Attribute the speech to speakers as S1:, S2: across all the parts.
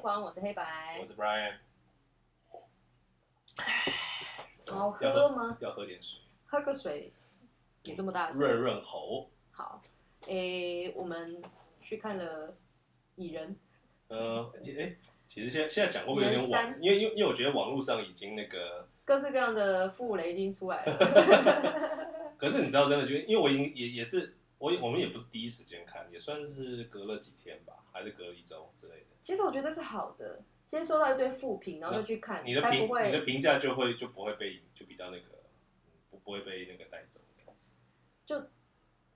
S1: 框，我是黑白
S2: 我。是 Brian，
S1: 好
S2: 要
S1: 哦喝吗？
S2: 要喝点水，
S1: 喝个水，也这么大声。
S2: 润润喉。
S1: 好，诶，我们去看了《蚁人》，
S2: 呃，其哎、其实现在现在讲会不会有点
S1: 人
S2: 晚？因为因为因为我觉得网络上已经那个，
S1: 各式各样的傅雷已经出来 了。
S2: 可是你知道真的，就是因为我已经也也是我我们也不是第一时间看，也算是隔了几天吧，还是隔了一周之类的。
S1: 其实我觉得这是好的，先收到一堆负评，然后再去看，
S2: 你的
S1: 才
S2: 评
S1: 不
S2: 你的
S1: 会。
S2: 评价就会就不会被就比较那个不不会被那个带走这样子。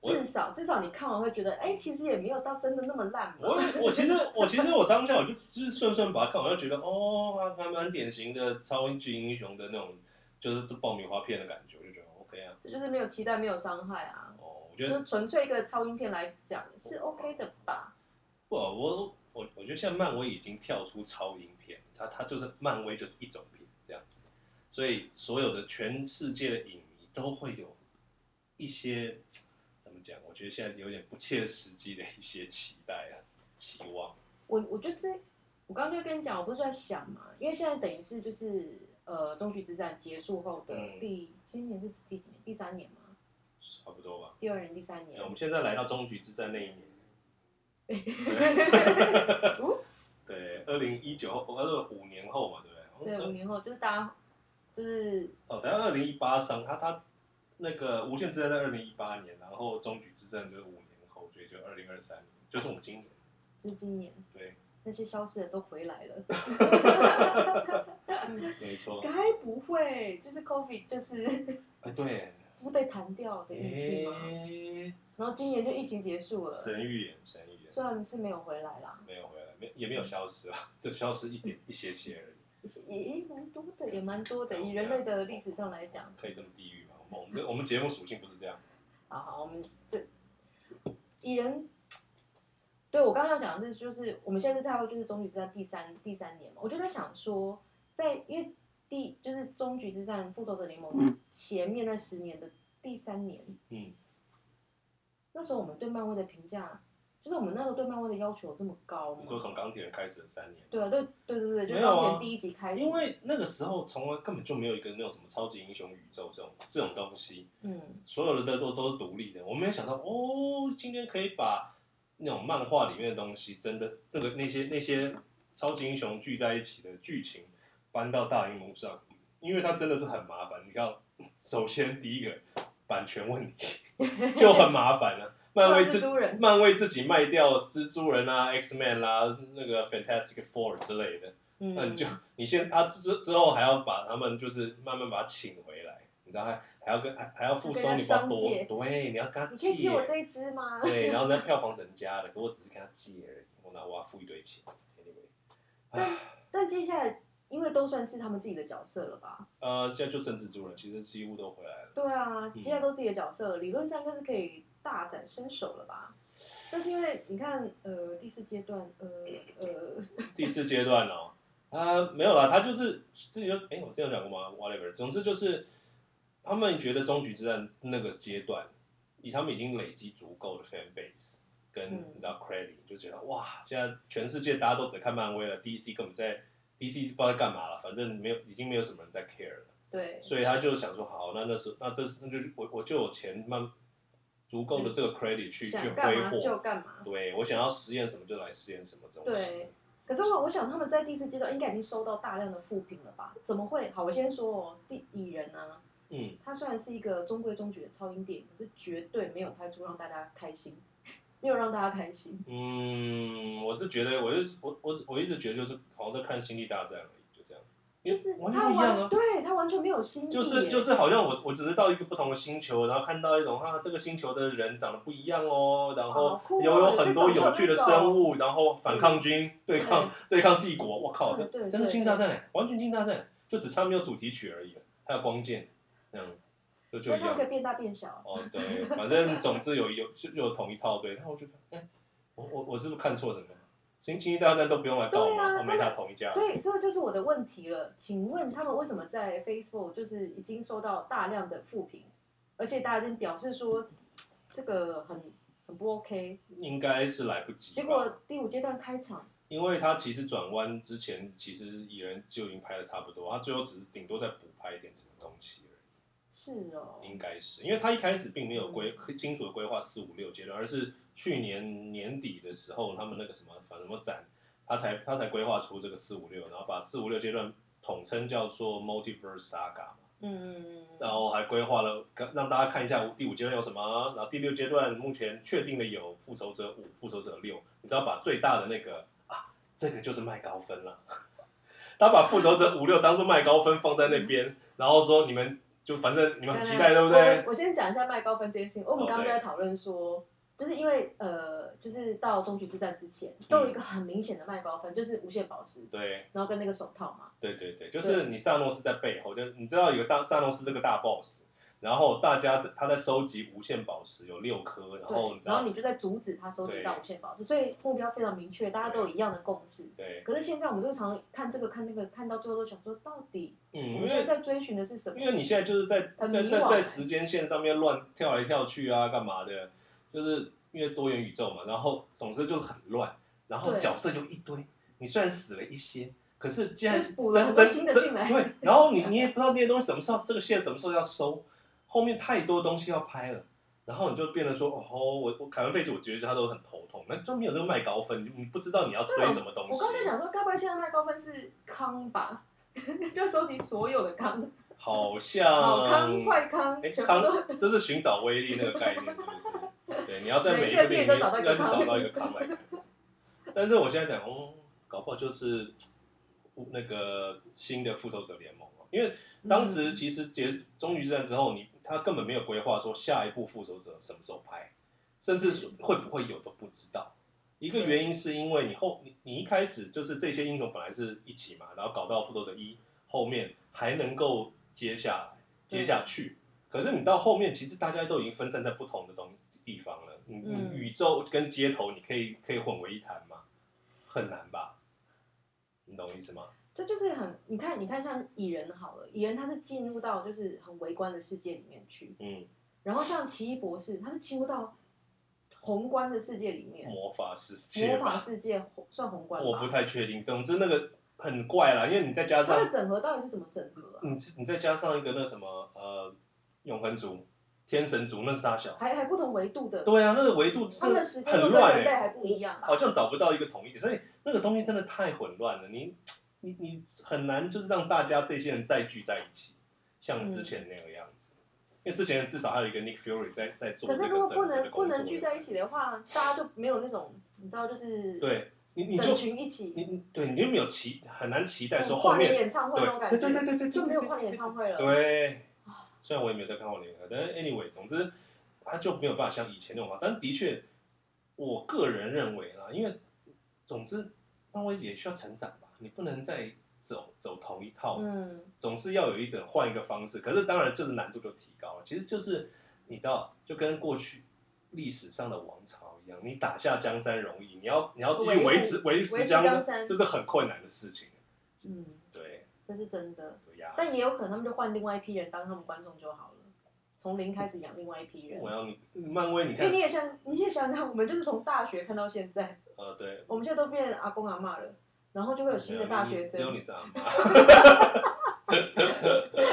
S2: 我
S1: 至少至少你看完会觉得，哎，其实也没有到真的那么烂嘛。
S2: 我我其实我其实我当下我就就是顺顺把它看完，我就觉得哦，还还蛮典型的超级英雄的那种，就是这爆米花片的感觉，我就觉得 OK 啊。
S1: 这就是没有期待，没有伤害啊，
S2: 哦，我
S1: 就
S2: 觉得
S1: 是纯粹一个超英片来讲是 OK 的吧？
S2: 不，我我我觉得现在漫威已经跳出超英片，它它就是漫威就是一种片这样子，所以所有的全世界的影迷都会有一些怎么讲？我觉得现在有点不切实际的一些期待啊，期望。
S1: 我我就在，我刚刚就跟你讲，我不是在想嘛，因为现在等于是就是呃，终局之战结束后的
S2: 嗯
S1: 第，今年是第几年？第三年嘛，
S2: 差不多吧。
S1: 第二年、第三
S2: 哎
S1: 年
S2: 我。们现在来到终局之战那一 年，
S1: Oops，
S2: 对，二零一九后，二五年后嘛，对不
S1: 对，五年后就是大家就是
S2: 哦，等下二零一八上，他他那个无限之战在二零一八年，然后终局之战就是五年后，所以就二零二三年，就是我们今年。
S1: 就是今年
S2: 对，
S1: 那些消失的都回来了，
S2: 没错。
S1: 该不会就是 COVID 就是
S2: 哎，对，
S1: 就是被弹掉的意思吗？
S2: 哎，
S1: 然后今年就疫情结束了，
S2: 神预言，神预言，
S1: 虽然是没有回来啦，
S2: 没有回来，没也没有消失啊，只消失一点一些些而已，
S1: 也是也也蛮多的，也蛮多的，以人类的历史上来讲。
S2: 可以这么地狱吗？我们我们这我们节目属性不是这样。
S1: 好好，我们这蚁人，对我刚刚要讲的是，就是我们现在是在乎就是终局之战第三第三年嘛，我就在想说，在因为第就是终局之战复仇者联盟前面那十年的第三年，
S2: 嗯，
S1: 那时候我们对漫威的评价，就是我们那时候对漫威的要求有这么高
S2: 你说
S1: 吗？
S2: 从钢铁人开始的三年，
S1: 对啊，对对对对，就
S2: 没有啊
S1: 钢铁人第一集开始，
S2: 因为那个时候从来根本就没有一个那种什么超级英雄宇宙这种这种东西，
S1: 嗯，
S2: 所有的都都是独立的。我没有想到哦，今天可以把那种漫画里面的东西，真的那个那些那些超级英雄聚在一起的剧情搬到大荧幕上，因为它真的是很麻烦。你看，首先第一个版权问题就很麻烦了、漫威
S1: 蜘
S2: 自
S1: 蛛人，
S2: 漫威自己卖掉蜘蛛人啊、X Man 啦、那个 Fantastic Four 之类的，
S1: 嗯，
S2: 那你就你先他之之后还要把他们就是慢慢把他请回来，你知道还还要跟还还要付
S1: 跟
S2: 收
S1: 他
S2: 你包
S1: 商
S2: 多
S1: 借
S2: 对，你要跟他
S1: 你可
S2: 借
S1: 以借，我这一支吗？
S2: 对，然后那票房是人家的，可我只是跟他借而已，我拿我要付一堆钱，anyway，
S1: 但接下来因为都算是他们自己的角色了吧？
S2: 呃，现在就剩蜘蛛人，其实几乎都回来了，
S1: 对啊，
S2: 嗯
S1: 接下来都自己的角色了，理论上应该是可以大展身手了吧？但是因为你看，呃，第四阶段，呃呃，
S2: 第四阶段哦，啊，没有啦，他就是自己就哎、我这样讲过吗？whatever，总之就是他们觉得终局之战那个阶段，以他们已经累积足够的 fan base 跟
S1: 嗯
S2: 你知道 credit，就觉得哇，现在全世界大家都只看漫威了，DC 根本在 DC 不知道在干嘛了，反正没有已经没有什么人在 care 了，
S1: 对，
S2: 所以他就想说好，那那是那这是那就是我我就有钱慢足够的这个 credit 去、去
S1: 嗯想干
S2: 挥
S1: 嘛就
S2: 霍，
S1: 干嘛。
S2: 对我想要实验什么就来实验什么东西。
S1: 对可是我我想他们在第四阶段应该已经收到大量的负评了吧？怎么会？好，我先说哦，第蚁人啊，
S2: 嗯，
S1: 它虽然是一个中规中矩的超英电影，可是绝对没有拍出让大家开心， 没有让大家开心。
S2: 嗯，我是觉得，我就我我我一直觉得就是好像在看《星际大战》而已，就这样，
S1: 就是
S2: 完全
S1: 他
S2: 不一样啊。
S1: 对他完全没有新意耶，
S2: 就是就是好像我我只是到一个不同的星球，然后看到一种啊这个星球的人长得不一样哦，然后
S1: 好酷哦
S2: 有有很多有趣的生物，然后反抗军对抗对抗帝国，我靠，
S1: 对
S2: 这
S1: 对
S2: 真的
S1: 对
S2: 星际大战欸，完全星际大战，就只差没有主题曲而已了，还有光剑，这样就就
S1: 所以
S2: 一
S1: 他们
S2: 样
S1: 可。以变大变小啊。
S2: 哦，对，反正总之有有就有同一套对，然后我就看，哎、我我我是不是看错什么？星星际大战都不用来报
S1: 对啊
S2: 吗？我没打同一家。
S1: 所以这个就是我的问题了。请问他们为什么在 Facebook 就是已经收到大量的负评，而且大家已经表示说嘖这个很很不 OK？
S2: 应该是来不及吧。哦
S1: 结果第五阶段开场，
S2: 因为他其实转弯之前，其实蚁人就已经拍的差不多，他最后只是顶多再补拍一点什么东西而已。
S1: 是哦，
S2: 应该是，因为他一开始并没有规
S1: 嗯
S2: 清楚的规划四五六阶段，而是去年年底的时候，他们那个什么反正什么展，他才他才规划出这个四五六，然后把四五六阶段统称叫做 Multiverse Saga 嘛，
S1: 嗯，
S2: 然后还规划了让大家看一下第五阶段有什么，啊然后第六阶段目前确定的有复仇者五、复仇者六，你知道把最大的那个啊，这个就是卖高分了。 他把复仇者五六当做卖高分放在那边，然后说你们就反正你们很期待，嗯对不对？
S1: 我我先讲一下麦高分这件事情，我们刚刚
S2: 哦
S1: 就
S2: 对
S1: 在讨论说，就是因为呃，就是到终局之战之前，
S2: 嗯
S1: 都有一个很明显的麦高分，就是无限宝石，
S2: 对
S1: 然后跟那个手套嘛，
S2: 对对对，就是你萨诺斯在背后，就你知道有个大萨诺斯这个大 boss，然后大家在他在收集无限宝石有六颗，然后
S1: 对
S2: 你，知
S1: 然后
S2: 道
S1: 你就在阻止他收集
S2: 对
S1: 到无限宝石，所以目标非常明确，大家都有一样的共识。
S2: 对，
S1: 可是现在我们就常看这个看那个，看到最后都想说，到底我
S2: 嗯，因
S1: 们现在
S2: 为
S1: 在追寻的是什么？
S2: 因为你现在就是在
S1: 很迷
S2: 在在
S1: 惘
S2: 在
S1: 欸
S2: 时间线上面乱跳来跳去啊，干嘛的？就是因为多元宇宙嘛，然后总之就很乱，然后
S1: 对
S2: 角色又一堆，你虽然死了一些。可是既然
S1: 就是补了
S2: 真
S1: 很多
S2: 真
S1: 新
S2: 真
S1: 的进来
S2: 对，然后你你也不知道那些东西什么时候这个线什么时候要收，后面太多东西要拍了，然后你就变得说哦，我我凯文费奇，我觉得他都很头痛，那就没有这个麦高分，你你不知道你要追什么东
S1: 啊我
S2: 西。
S1: 刚才想说，该不会现在麦高分是康吧？ 就收集所有的康，
S2: 好像
S1: 好康、坏康，
S2: 嗯哎，
S1: 全部都
S2: 康，这是寻找威力那个概念，是不是？对，你要在每
S1: 每
S2: 一
S1: 一
S2: 个
S1: 个
S2: 电影
S1: 店
S2: 院
S1: 都
S2: 要
S1: 找到
S2: 去
S1: 一个康
S2: 找到一个康来看。但是我现在讲，哦，搞不好就是那个新的复仇者联盟啊因为当
S1: 嗯
S2: 时其实结终局之战之后，你他根本没有规划说下一部复仇者什么时候拍，甚至说会不会有都不知道。一个原因是因为你后你你一开始就是这些英雄本来是一起嘛，然后搞到复仇者一后面还能够接下来接下去，可是你到后面其实大家都已经分散在不同的东地方了，你你
S1: 嗯
S2: 宇宙跟街头你可以可以混为一谈吗？很难吧？你懂我意思吗？
S1: 这就是很，你看，你看，像蚁人好了，蚁人他是进入到就是很微观的世界里面去，
S2: 嗯，
S1: 然后像奇异博士，他是进入到宏观的世界里面，
S2: 魔法世界
S1: 魔
S2: 吧
S1: 法世界算宏观
S2: 哦我不
S1: 吧？
S2: 太确定。总之那个很怪啦，因为你再加
S1: 它
S2: 上
S1: 的整合到底是怎么整合啊？
S2: 你你再加上一个那什么呃永恒族、天神族，那是啥小？
S1: 还还不同维度的，
S2: 对啊，那个维度
S1: 他们的
S2: 是
S1: 时间
S2: 很
S1: 都跟
S2: 乱
S1: 人类
S2: 欸
S1: 还不一样。啊
S2: 好像找不到一个统一点，所以那个东西真的太混乱了。你你你很难就是让大家这些人再聚在一起，像
S1: 嗯
S2: 之前那个样子。因为之前至少还有一个 Nick Fury 在在做
S1: 可
S2: 这
S1: 是
S2: 个
S1: 如果
S2: 整
S1: 不
S2: 个的
S1: 能不
S2: 工作
S1: 能聚在一起的话，大家就没有那种你知道就是
S2: 对你你就
S1: 整群一起
S2: 你你对你就没有期很难期待说
S1: 嗯
S2: 后
S1: 跨年
S2: 面
S1: 演唱会
S2: 对
S1: 那种感
S2: 对
S1: 觉，
S2: 对对对对
S1: 就没有
S2: 对
S1: 跨年演唱会了。
S2: 对，虽然我也没有在看过联合，但是 anyway，总之他就没有办法像以前那种嘛。但的确，我个人认为啦，因为总之漫威也需要成长吧，你不能再走走同一套，
S1: 嗯，
S2: 总是要有一种换一个方式。可是当然，这个难度就提高了。其实就是你知道，就跟过去。历史上的王朝一样，你打下江山容易，你要你要继续
S1: 维护
S2: 维持维持
S1: 持
S2: 江
S1: 江山
S2: 这是很困难的事情。
S1: 嗯，
S2: 对，
S1: 这是真的。
S2: 对呀。
S1: 但也有可能他们就换另外一批人当他们观众就好了，从零开始养另外一批人
S2: 我。要你漫威，你
S1: 因
S2: 看
S1: 为你也想，你也想想看，我们就是从大学看到现在，
S2: 呃，对，
S1: 我们现在都变阿公阿嬷了，然后就会有新的大学
S2: 只有
S1: 生
S2: 你，是阿妈。 对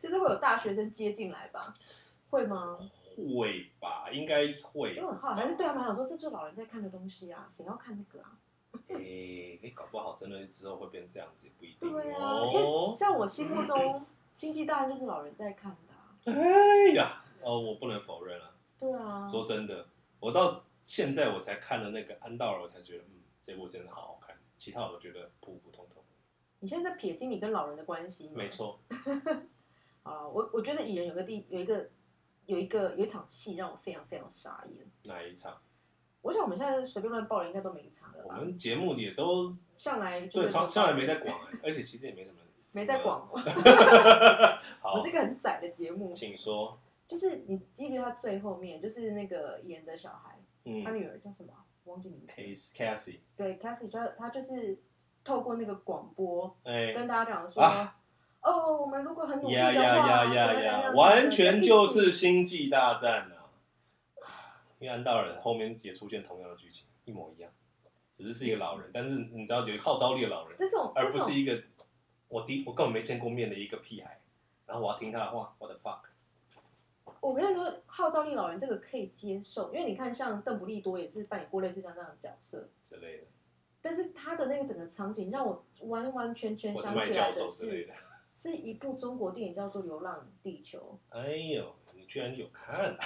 S1: 就是会有大学生接进来吧？会吗？
S2: 会吧，应该会。
S1: 就很好，还是对他们来说，这就是老人在看的东西啊，谁要看那个啊？
S2: 诶、诶搞不好真的之后会变这样子，也不一定
S1: 对啊，因为
S2: 哦。
S1: 像我心目中《星际大战》就是老人在看的、啊。
S2: 哎呀，哦，我不能否认啊。
S1: 对啊，
S2: 说真的，我到现在我才看了那个安道尔，我才觉得，嗯，这部真的好好看。其他我都觉得普普通通。
S1: 你现在在撇清你跟老人的关系吗？
S2: 没。错，
S1: 好了，我我觉得蚁人有个地有一个有一个有一场戏让我非常非常傻眼。
S2: 哪一场？
S1: 我想我们现在随便乱报了，应该都没查了
S2: 我
S1: 吧？
S2: 们节目也都
S1: 上来啊就
S2: 对，
S1: 被报
S2: 上上来没在广、哎 而且其实也没什么。呃
S1: 没在广，
S2: 好
S1: 我，是一个很窄的节目。
S2: 请说。
S1: 就是你记不记得他最后面，就是那个蚁人的小孩，
S2: 嗯
S1: 他女儿叫什么啊？我忘记名字。
S2: ，Case Cassie，
S1: 对，Cassie，他他就是透过那个广播
S2: 哎、
S1: 跟大家讲说，
S2: 啊
S1: 哦，我们如果很努力
S2: 呀
S1: 的话，
S2: 呀呀
S1: 怎么
S2: 呀
S1: 样
S2: 呀，
S1: 怎么样
S2: 完全就
S1: 一
S2: 是
S1: 起
S2: 《星际大 战》啊！因为安道尔后面也出现同样的剧情，一模一样。只是是一个老人，但是你知道有一个号召力的老人，
S1: 这种
S2: 而
S1: 这
S2: 不是
S1: 种
S2: 一个我第我根本没见过面的一个屁孩，然后我要听他的话，我的 fuck，
S1: 我跟你说，号召力老人这个可以接受，因为你看，像邓布利多也是扮演过类似像这样的角色，
S2: 之类的，
S1: 但是他的那个整个场景让我完完全全
S2: 或是
S1: 想
S2: 麦
S1: 起来
S2: 教
S1: 的
S2: 授之类
S1: 是，
S2: 的。
S1: 是一部中国电影叫做《流浪地球
S2: 哎呦，你居然有看、啊，》。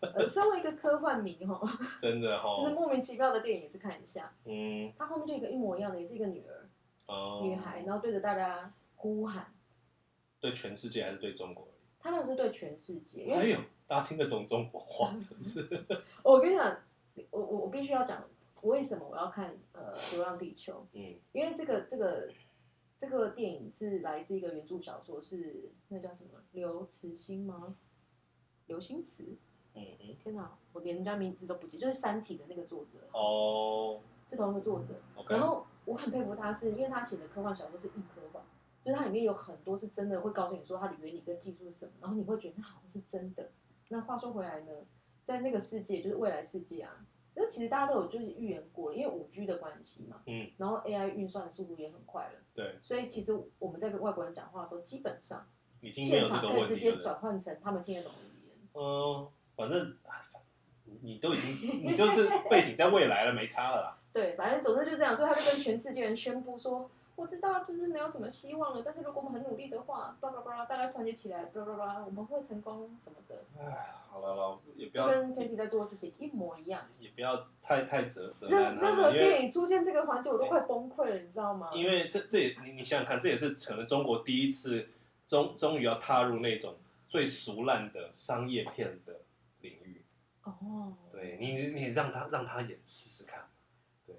S1: 呃，身为一个科幻迷哈，
S2: 真的
S1: 就是
S2: 哦，
S1: 莫名其妙的电影也是看一下。
S2: 嗯，
S1: 他后面就有一个一模一样的，也是一个女儿，
S2: 哦，
S1: 女孩，然后对着大家呼喊。
S2: 对全世界还是对中国而已？
S1: 他那是对全世界，因
S2: 哎
S1: 为
S2: 呦，大家听得懂中国话，真是。
S1: 我跟你讲，我我我必须要讲，为什么我要看呃《流浪地球》。
S2: 嗯，
S1: 因为这个这个这个电影是来自一个原著小说，是那叫什么刘慈欣吗？刘星驰？
S2: 嗯嗯，
S1: 天哪，我连人家名字都不记，就是《三体》的那个作者，
S2: 哦
S1: 是同一个作者。
S2: ，OK，
S1: 然后我很佩服他是，因为他写的科幻小说是硬科幻，就是它里面有很多是真的会告诉你说它的原理跟技术是什么，然后你会觉得那好像是真的。那话说回来呢，在那个世界就是未来世界啊，那其实大家都有就是预言过，因为五 G 的关系嘛，
S2: 嗯，
S1: 然后 AI 运算的速度也很快了。
S2: 对，
S1: 所以其实我们在跟外国人讲话的时候，基本上
S2: 已经没
S1: 现
S2: 有这
S1: 场
S2: 个
S1: 可以
S2: 问
S1: 直
S2: 题
S1: 接
S2: 了。
S1: 转换成他们听得懂的语言。
S2: 嗯，反正啊反你你都已 经，你就是背景在未来了，没差了啦。
S1: 对，反正总之就这样，所以他就跟全世界人宣布说，我知道就是没有什么希望了，但是如果我们很努力的话，巴拉巴拉，大家团结起来，巴拉巴拉，我们会成功什么的，
S2: 哎，好了啦，也不
S1: 就
S2: 要
S1: 跟 Patty 在做的事情一模一样。
S2: 也不要太太责责难
S1: 任
S2: 他
S1: 任何
S2: 们，因为
S1: 电影出现这个环节，我都快崩溃了，你知道吗？
S2: 因为这这也你你想想看，这也是可能中国第一次终终于要踏入那种最俗烂的商业片的领域。
S1: 哦，
S2: 对你你你让他让他也试试看，对，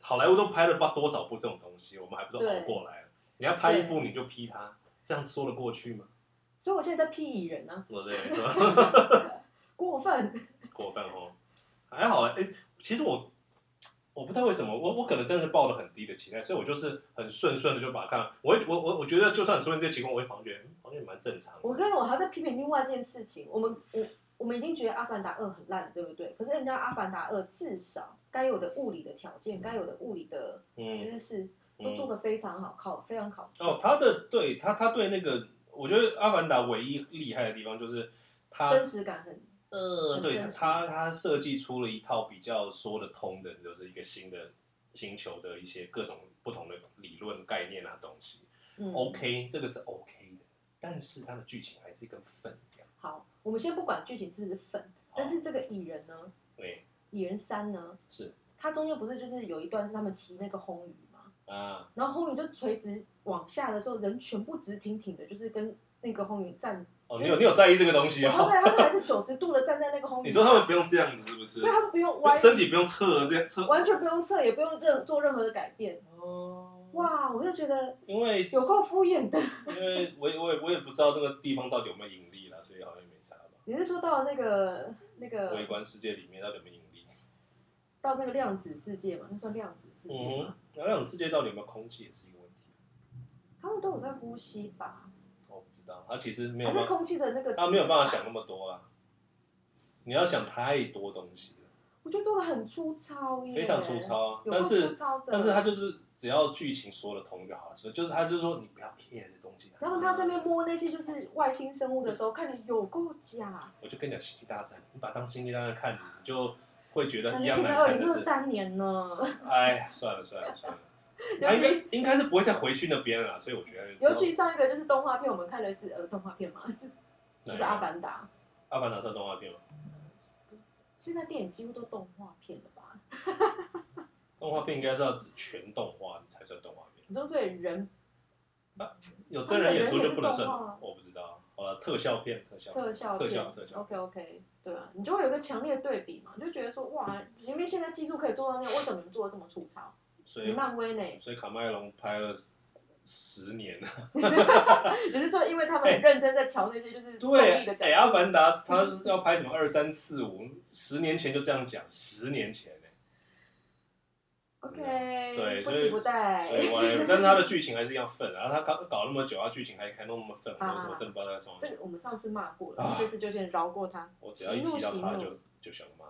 S2: 好莱坞都拍了不知道多少部这种东西，我们还不知道
S1: 对
S2: 熬过来了。你要拍一
S1: 对
S2: 部你就批他，这样说得过去吗？
S1: 所以我现在在批蚁人啊，
S2: 对不对？
S1: 过分。
S2: 过分哦，还好哎、其实我我不知道为什么，我我可能真的是抱了很低的期待，所以我就是很顺顺的就把它看。我会我我我觉得就算出现这些情况，我会好像觉得嗯好像也蛮正常的。
S1: 我跟我还在批评另外一件事情，我们我我们已经觉得《阿凡达二》很烂了，对不对？可是人家《阿凡达二》至少该有的物理的条件、该有的物理的
S2: 嗯
S1: 知识、都
S2: 嗯
S1: 做得非常好，考非常考究，
S2: 哦，他的对他他对那个，我觉得《阿凡达》唯一厉害的地方就是他
S1: 真实感很
S2: 呃，
S1: 很
S2: 对
S1: 真实
S2: 他，他设计出了一套比较说得通的，就是一个新的星球的一些各种不同的理论概念啊东西。
S1: 嗯
S2: OK，这个是 OK 的，但是它的剧情还是跟粪一样。
S1: 好。我们先不管剧情是不是粉，
S2: 好
S1: 但是这个蚁人呢，
S2: 对，
S1: 蚁人三呢，
S2: 是
S1: 它中间不是就是有一段是他们骑那个红鱼嘛，
S2: 啊，
S1: 然后红鱼就垂直往下的时候，人全部直挺挺的，就是跟那个红鱼站，
S2: 哦，
S1: 就
S2: 你有你有在意这个东西
S1: 然后
S2: 哦？
S1: 在他们还是九十度的站在那个红鱼，
S2: 你说他们不用这样子是不是
S1: 对？他们不用歪
S2: 身体不用侧这样侧。
S1: 完全不用测，也不用任做任何的改变。
S2: 哦，
S1: 哇，我就觉得
S2: 因为
S1: 有够敷衍的。
S2: 因为我也我也我也不知道这个地方到底有没有盈利了，所以好像也没差吧。
S1: 你是说到那个那
S2: 微
S1: 个
S2: 观世界里面到底有没有盈利？
S1: 到那个量子世界嘛？那算量子世界
S2: 嗯
S1: 吗？
S2: 哼，那两种世界到底有没有空气也是一个问题。啊
S1: 他们都有在呼吸吧？
S2: 我不知道，他其实没有
S1: 还
S2: 办
S1: 是
S2: 法，
S1: 空气的那个？
S2: 他没有办法想。那么多啊。你要想太多东西了，
S1: 我觉得做的很粗糙耶，
S2: 非常粗，糙啊。
S1: 有够
S2: 但
S1: 粗
S2: 是
S1: 糙的。
S2: 但是他就是只要剧情说得通就好了，所以就是他就是说你不要 care 这东西。啊
S1: 然后他在那边摸那些就是外星生物的时候，看着有够假。
S2: 我就跟你讲《星际大战》，你把它当《星际大战》看，你就会觉得
S1: 但
S2: 一
S1: 是
S2: 样
S1: 现在
S2: 难
S1: 二
S2: 看。
S1: 零
S2: 但
S1: 二
S2: 是
S1: 三年呢，
S2: 哎，算了算了算了，
S1: 尤
S2: 他应
S1: 其
S2: 该应该是不会再回去那边了啦，所以我觉得之后。
S1: 尤其上一个就是动画片，我们看的是呃动画片嘛， 是就
S2: 哪一
S1: 是《
S2: 个
S1: 阿凡达》。
S2: 阿凡达算动画片吗？
S1: 现在电影几乎都动画片了吧？
S2: 动画片应该是要指全动画你才算动画片。
S1: 你说所以人
S2: 有真人演出就不能算
S1: 啊他们的人也是动画啊，
S2: 我不知道。好了，特效片，特效片，
S1: 特效
S2: 特
S1: 片哦
S2: 效，特效。
S1: o k OK，对啊，你就会有一个强烈的对比嘛，你就觉得说哇，明明现在技术可以做到那样，为什么你们做的这么粗糙？
S2: 所
S1: 你
S2: 以，
S1: 漫威呢？
S2: 所以卡麦隆拍了十年了。
S1: 只是说因为他们很认真在瞧那些就是重力
S2: 哎对，
S1: 的
S2: 哎、
S1: 角
S2: 阿
S1: 度，
S2: 凡达他要拍什么二三四五，十年前就这样讲，十年前呢、对
S1: OK，不
S2: 所以
S1: 期
S2: 所
S1: 不
S2: 以
S1: 待。
S2: whatever，但是他的剧情还是一样粉，然后他搞搞那么久，他剧情还开那么粉，
S1: 啊
S2: 我我真不知道他在说什
S1: 这
S2: 么。
S1: 个我们上次骂过了
S2: 啊，
S1: 这次就先饶过他。
S2: 我只要一提到
S1: 喜怒
S2: 他
S1: 喜怒
S2: 就就想骂。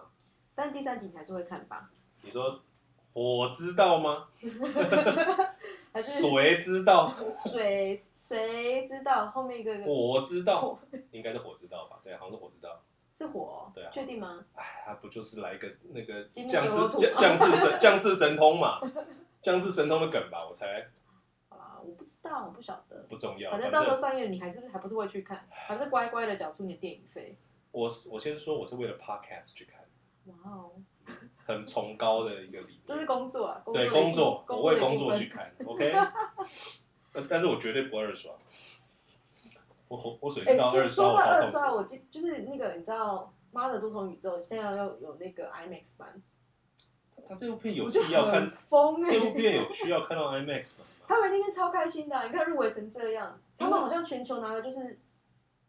S1: 但第三集你还是会看吧？
S2: 你说我知道吗？
S1: 还是
S2: 谁知 道？
S1: 谁谁知道后面一个
S2: 我知 道，应该是火知道吧？对，好像是火知道。
S1: 是火？
S2: 对啊
S1: 确定吗？
S2: 哎，他不就是来一个那个
S1: 金木
S2: 降世
S1: 水火土
S2: 降降世神降世神通嘛？降世神通的梗吧，我猜
S1: 好啦，我不知道，我不晓得。
S2: 不重要。
S1: 反
S2: 反
S1: 正到时候上映，你还是还不是会去看，还不是乖乖的缴出你的电影费。
S2: 我我先说，我是为了 podcast 去看，
S1: 哇哦，
S2: 很崇高的一个理
S1: 这是
S2: 念。
S1: 工作啊，
S2: 对
S1: 工
S2: 工
S1: 作
S2: 作
S1: 的一部，
S2: 我为工
S1: 作
S2: 作
S1: 的
S2: 去
S1: 一部分
S2: 看，OK 呃。但是我绝对不二刷。我我我水
S1: 哎
S2: 知，道
S1: 说
S2: 二刷，
S1: 说
S2: 我
S1: 到
S2: 超
S1: 二
S2: 痛
S1: 刷，
S2: 苦。
S1: 我记就是那个你知道《妈的多重宇宙》现在要有那个 IMAX 版，
S2: 他这部片有
S1: 我就
S2: 必要
S1: 很
S2: 看？
S1: 疯哎、
S2: 这部片有需要看到 IMAX 吗？
S1: 他们那天超开心的啊、你看入围成这样，他
S2: 因
S1: 们
S2: 为
S1: 好像全球拿了就是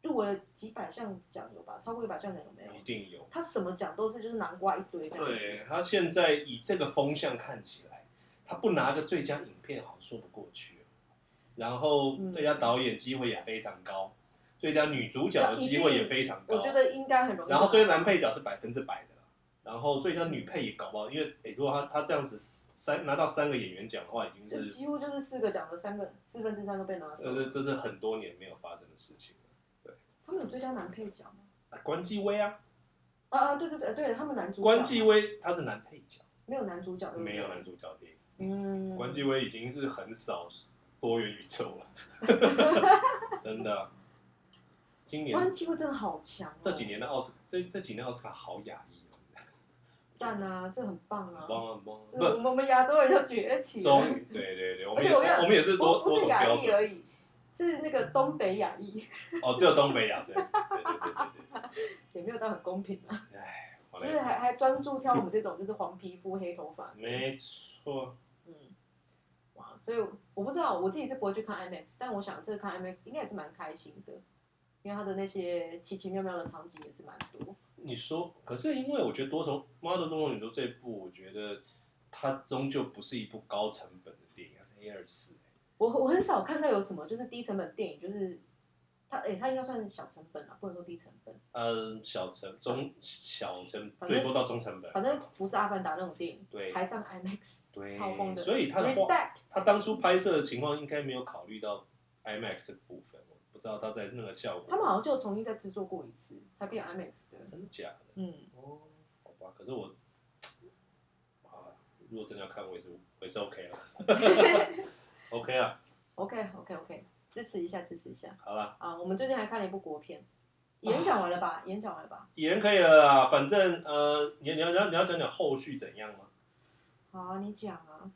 S1: 入围了几百项奖有吧，超过一百项的有没有？
S2: 一定有。
S1: 他什么奖都是就是南瓜一堆这样子。
S2: 嗯对他现在以这个风向看起来，他不拿个最佳影片好像说不过去。然后
S1: 嗯
S2: 最佳导演机会也非常高，最佳女主角的
S1: 就一
S2: 机会
S1: 定
S2: 也非常高。
S1: 我觉得应该很容易。
S2: 然后最佳男配角是百分之百的啦，然后最佳女配也搞不好，因为诶、如果他他这样子三拿到三个演员奖的话，已经
S1: 就是几乎就是四个奖的三个四分之三都被拿走
S2: 这。是这是很多年没有发生的事情了。
S1: 他们有最佳男配角吗？
S2: 啊关继威啊，
S1: 啊啊，对对对对，他们男主角嗯
S2: 关继威他是男配角，
S1: 没有男主角，对不对
S2: 没有男主角电影。
S1: 嗯，
S2: 关继威已经是很少多元宇宙了， 真的。今
S1: 关
S2: 年
S1: 机会真的好强、哦，
S2: 这几年的奥斯这这几年奥斯卡好压抑哦，
S1: 赞啊，这很棒啊
S2: 很，棒很棒，
S1: 就是我们我们亚洲人就崛起
S2: 不，
S1: 了，
S2: 终于对对对，我
S1: 而
S2: 们
S1: 且
S2: 也
S1: 我跟你讲
S2: 们也是多
S1: 不不
S2: 多
S1: 是
S2: 种
S1: 亚
S2: 标
S1: 裔
S2: 准
S1: 而已，是那个东北亚裔，
S2: 哦，只有东北亚对对对对对
S1: 也没有到很公平啊，
S2: 对，哎，好
S1: 就是
S2: 嘞，
S1: 还还专注挑我们这种就是黄皮肤黑头发，
S2: 没错，
S1: 嗯，哇，所以我不知道我自己是不会去看 IMAX，但我想这个看 IMAX 应该也是蛮开心的，因为它的那些奇奇妙妙的场景也是蛮多，
S2: 你说，可是因为我觉得多重《妈的多重宇宙》这部，我觉得它终究不是一部高成本的电影，A 啊二四，
S1: 我我很少看到有什么就是低成本电影，就是它诶、它应该算小成本啊，不能说低成本。
S2: 呃，小成中小成
S1: 反正
S2: 最多到中成本，
S1: 反正不是阿凡达那种电影，
S2: 对
S1: 还上 IMAX，
S2: 对
S1: 超疯的
S2: 所以他的话，
S1: respect，
S2: 他当初拍摄的情况应该没有考虑到 IMAX 的部分，我不知道他在那个效果。
S1: 他们好像就重新再制作过一次，才变 IMAX 的。
S2: 真的假的？
S1: 嗯，
S2: 哦，好吧，可是我啊，如果真的要看，我也是我也是 OK 了，OK 啊，
S1: OK OK OK，支持一下支持一下
S2: 好了，
S1: 啊！我们最近还看了一部国片，演讲完了吧？演讲完了吧？
S2: 已然可以了啦，反正呃，你你要你要你要讲讲后续怎样吗？
S1: 好啊，你讲啊。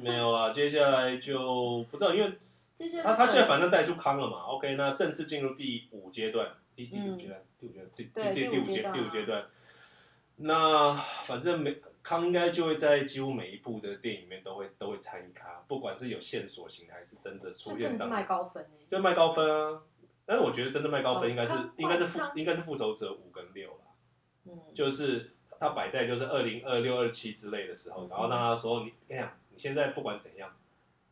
S2: 没有啦，接下来就不知道，因为
S1: 这些
S2: 他他现在反正带出康了嘛，OK，那正式进入第五阶段，第第五阶段，第五阶段，第
S1: 对
S2: 第
S1: 第
S2: 第
S1: 五
S2: 五阶
S1: 阶段啊
S2: 第五阶段。那反正每康应该就会在几乎每一部的电影里面都会都会参与咖，不管是有线索型的还是真的出现
S1: 是真的
S2: 当
S1: 是
S2: 中
S1: 卖高分哎、
S2: 就卖高分啊。但是我觉得真的卖高
S1: 哦
S2: 分应该是、
S1: 康
S2: 应该是复
S1: 康
S2: 应该是复仇者五跟六啦，
S1: 嗯，
S2: 就是他摆在就是二零二六二七之类的时候，
S1: 嗯
S2: 然后让他说你跟你讲，你现在不管怎样，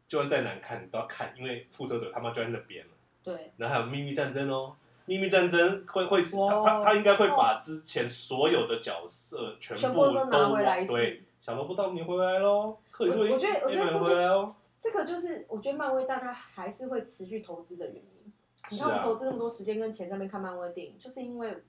S2: 就算再难看你都要看，因为复仇者他妈就在那边了。
S1: 对，
S2: 然后还有秘密战争哦，秘密战争会会是他他
S1: 哇
S2: 他应该会把之前所有的角色全
S1: 全
S2: 部
S1: 部都拿回来一
S2: 对，
S1: 次。
S2: 小萝卜到你回来喽，克里斯维
S1: 我觉得我觉得
S2: 也
S1: 这就
S2: 回来哦，
S1: 这个就是我觉得漫威大家还是会持续投资的原因。你
S2: 是
S1: 看我们
S2: 啊
S1: 投资那么多时间跟钱在那边看漫威的电影，就是因为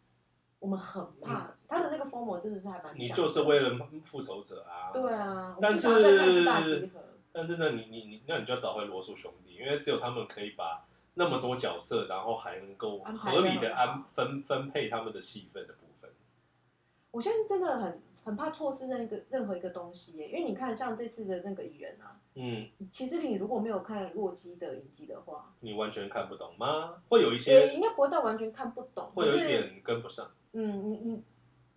S1: 我们很怕他的那个疯魔真的是还蛮强的。
S2: 嗯你就是为了复仇者啊，
S1: 对啊，我
S2: 但
S1: 们
S2: 是
S1: 想要再看一次大集合。
S2: 但是呢，你你你，那你就要找回罗素兄弟，因为只有他们可以把那么多角色，然后还能够
S1: 安排
S2: 合理的
S1: 得很好
S2: 安分分配他们的戏份的部分。
S1: 我现在是真的很很怕错失那个任何一个东西耶，因为你看像这次的那个蚁人啊，
S2: 嗯，
S1: 其实你如果没有看洛基的影集的话，
S2: 你完全看不懂吗？会有一
S1: 也
S2: 些，
S1: 应该不会到完全看不懂，
S2: 会有一
S1: 可是
S2: 点跟不上，
S1: 嗯，你你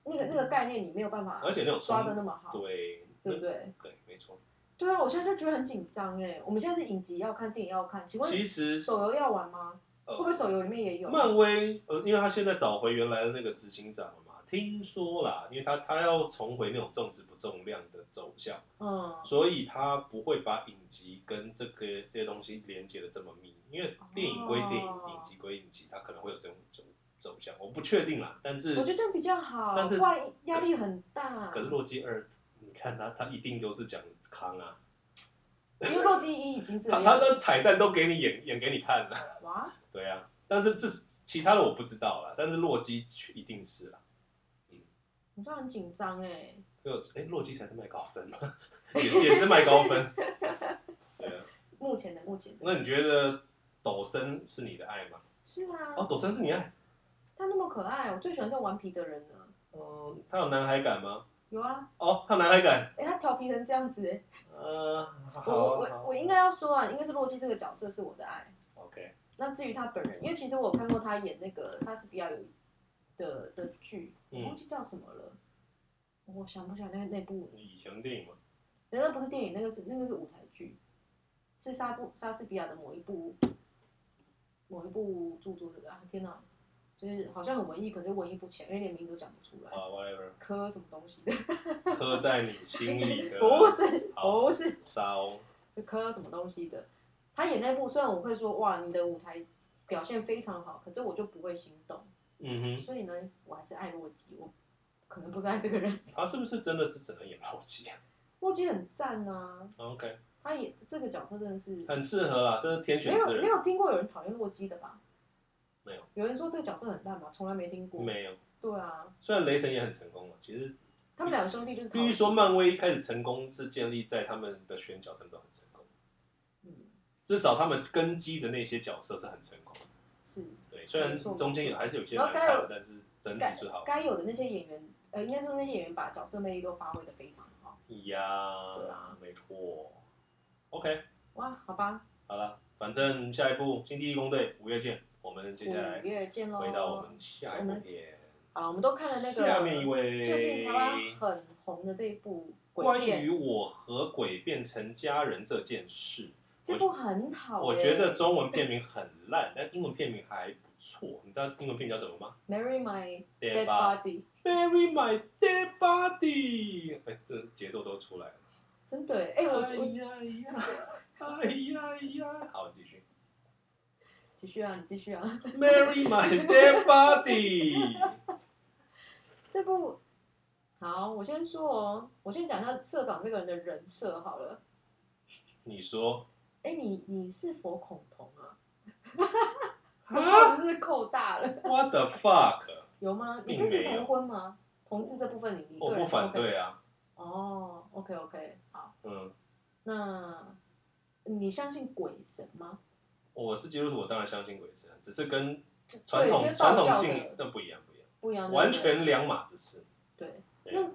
S1: 那个那个概念你没有办法
S2: 而且那种
S1: 抓的
S2: 冲
S1: 那么好，
S2: 对
S1: 对不对？
S2: 对，没错。
S1: 对啊，我现在就觉得很紧张哎，我们现在是影集要看，电影要看，请
S2: 其
S1: 问
S2: 实
S1: 手游要玩吗？会不会
S2: 呃，
S1: 手游里面也有？
S2: 漫威呃，因为他现在找回原来的那个执行长了嘛，听说啦，因为他他要重回那种重质不重量的走向。
S1: 嗯，
S2: 所以他不会把影集跟这个这些东西连接的这么密，因为电影归电影，
S1: 哦
S2: 影集归影集，它可能会有这种走走向，我不确定啦。但是
S1: 我觉得这样比较好，
S2: 但是
S1: 不然压力很大。
S2: 可是《洛基二》，你看看他，他一定都是讲康啊，
S1: 因为洛基一已经这
S2: 他
S1: 样
S2: 他
S1: 了
S2: 的彩蛋都给你演演给你看了，
S1: 哇，
S2: 对啊，但是这是其他的我不知道啦，但是洛基一定是啦，
S1: 你这样很紧张哎，
S2: 就哎、洛基才是麦高芬嘛， 也也是麦高芬，对啊，
S1: 目前的目前的，
S2: 那你觉得抖森是你的爱吗？
S1: 是啊，
S2: 哦，抖森是你爱，
S1: 他那么可爱，我最喜欢这种顽皮的人了。
S2: 嗯，他有男孩感吗？
S1: 有啊，
S2: 哦，他有男孩感，
S1: 哎、他调皮成这样子、哎
S2: 呃，好
S1: 我
S2: 好
S1: 我我
S2: 好
S1: 我应该要说啊，应该是洛基这个角色是我的爱。
S2: ，OK，
S1: 那至于他本人，因为其实我有看过他演那个莎士比亚有的的剧，我忘
S2: 嗯，
S1: 记叫什么了，我想不起来那那部，
S2: 以前电影嘛，
S1: 那不是电影，那个是那个是舞台剧，是莎布莎士比亚的某一部某一部著作的啊！天哪，就是好像很文艺，可是文艺不浅，因为连名字都讲不出来，
S2: 啊，whatever，
S1: 科什么东西的，
S2: 刻在你心里的，
S1: 不是
S2: 好
S1: 不是。
S2: 沙翁，
S1: 就科什么东西的。他演那部，虽然我会说哇，你的舞台表现非常好，可是我就不会心动。
S2: 嗯哼。
S1: 所以呢，我还是爱洛基，我可能不是爱这个人。
S2: 他是不是真的是只能演洛基啊
S1: 洛基很赞啊，
S2: ？OK，
S1: 他演这个角色真的是
S2: 很适合啦，真的天
S1: 没
S2: 选
S1: 有
S2: 之
S1: 没
S2: 人。
S1: 有听过有人讨厌洛基的吧？
S2: 没有，
S1: 有人说这个角色很烂嘛，从来没听过。
S2: 没有，
S1: 对啊，
S2: 虽然雷神也很成功了，其实
S1: 他们两个兄弟就是
S2: 必须
S1: 讨
S2: 说
S1: 厌，
S2: 漫威一开始成功是建立在他们的选角上都很成功，
S1: 嗯，
S2: 至少他们根基的那些角色是很成功的。
S1: 是
S2: 对，虽然
S1: 没错
S2: 中间有还是有些
S1: 然
S2: 难
S1: 后该有
S2: 看，但是整体是好的。
S1: 该有的那些演员，呃，应该说那些演员把角色魅力都发挥的非常好。对
S2: 呀
S1: 啊，
S2: 没错。OK，
S1: 哇，好吧，
S2: 好了，反正下一步《星际义工队》五月见，我们接
S1: 五
S2: 下来
S1: 月见喽。
S2: 回到我们下一部片。
S1: 好了，我们都看了那个
S2: 下面一位，
S1: 最近台湾很红的这一部《鬼
S2: 关
S1: 片
S2: 于》，我和鬼变成家人这件事，
S1: 这部很好、欸。
S2: 我觉得中文片名很烂，但英文片名还不错。你知道英文片名叫什么吗
S1: 《Marry My
S2: ？Dead
S1: Dead
S2: Body
S1: Body》
S2: Bury My Dead Body。哎，这节奏都出来了。
S1: 真的欸哎、我
S2: 哎
S1: 我
S2: 呀呀，哎呀呀！好，继续。
S1: 继续啊，你继续啊。
S2: Marry My Dead Body。
S1: 这部好，我先说哦，我先讲一下社长这个人的人设好了。
S2: 你 说
S1: 哎、你你是否恐同啊？
S2: 啊
S1: 我是不是扣大了？
S2: ？What the fuck？
S1: 有吗？你
S2: 并
S1: 支持
S2: 没有
S1: 同婚吗？同志这部分你你
S2: 我
S1: 个人
S2: 不
S1: 是
S2: 反
S1: OK
S2: 对啊。
S1: 哦，OK OK，好，
S2: 嗯，
S1: 那你相信鬼神吗？
S2: 我是基督徒，我当然相信鬼神，啊只是跟
S1: 对
S2: 传
S1: 因
S2: 统
S1: 为道
S2: 传
S1: 教
S2: 统
S1: 的嗯
S2: 性但不一样，不一样。
S1: 不一样的
S2: 完全两码子事。
S1: 对。
S2: 对
S1: 那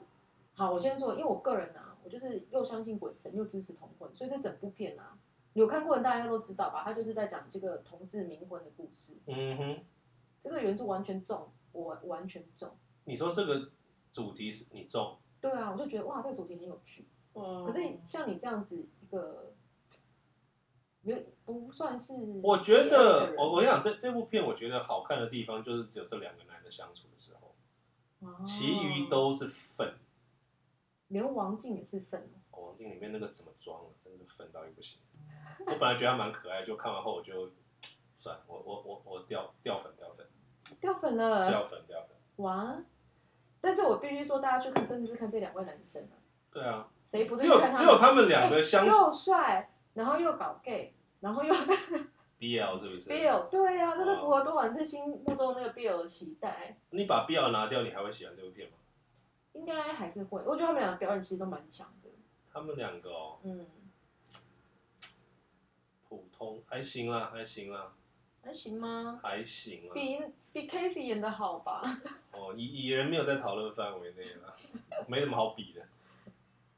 S1: 好，我先说，因为我个人啊，我就是又相信鬼神，又支持同婚，所以这整部片啊，有看过的大家都知道吧？他就是在讲这个同志冥婚的故事，
S2: 嗯哼，
S1: 这个元素完全中，我完全中。
S2: 你说这个主题是你中，
S1: 对啊，我就觉得哇，这个主题很有趣。可
S2: 可
S1: 是像你这样子一个，没有不算是
S2: 我觉得我
S1: 我
S2: 我想这这部片我觉得好看的地方就是只有这两个男的相处的时候，
S1: 哦
S2: 其余都是粉。
S1: 啊连王静也是粉哦，
S2: 哦王晶里面那个怎么装啊，真是粉到一不行。我本来觉得他蛮可爱，就看完后我就算了，我我我我掉掉粉掉粉
S1: 掉粉了
S2: 掉粉掉粉。
S1: 哇！但是我必须说，大家去看真的是看这两位男生啊，
S2: 对啊，
S1: 谁不是
S2: 只有
S1: 去看他
S2: 只
S1: 们哎
S2: 有他们两个相处
S1: 又帅，然后又搞 gay，然后又
S2: BL 是不是？
S1: Bill，对啊，这
S2: 哦
S1: 是符合多晚志心目中的那个 Bill 的期待，
S2: 你把 BL 拿掉，你还会喜欢这部片吗？
S1: 应该还是会。我觉得他们两个表演其实都蛮强的，
S2: 他们两个哦，
S1: 嗯，
S2: 普通还行啦，还行啦。
S1: 还行吗？
S2: 还行啊，
S1: 比比 Casey 演的好吧？
S2: 哦，蚁蚁人没有在讨论范围内了，没什么好比的。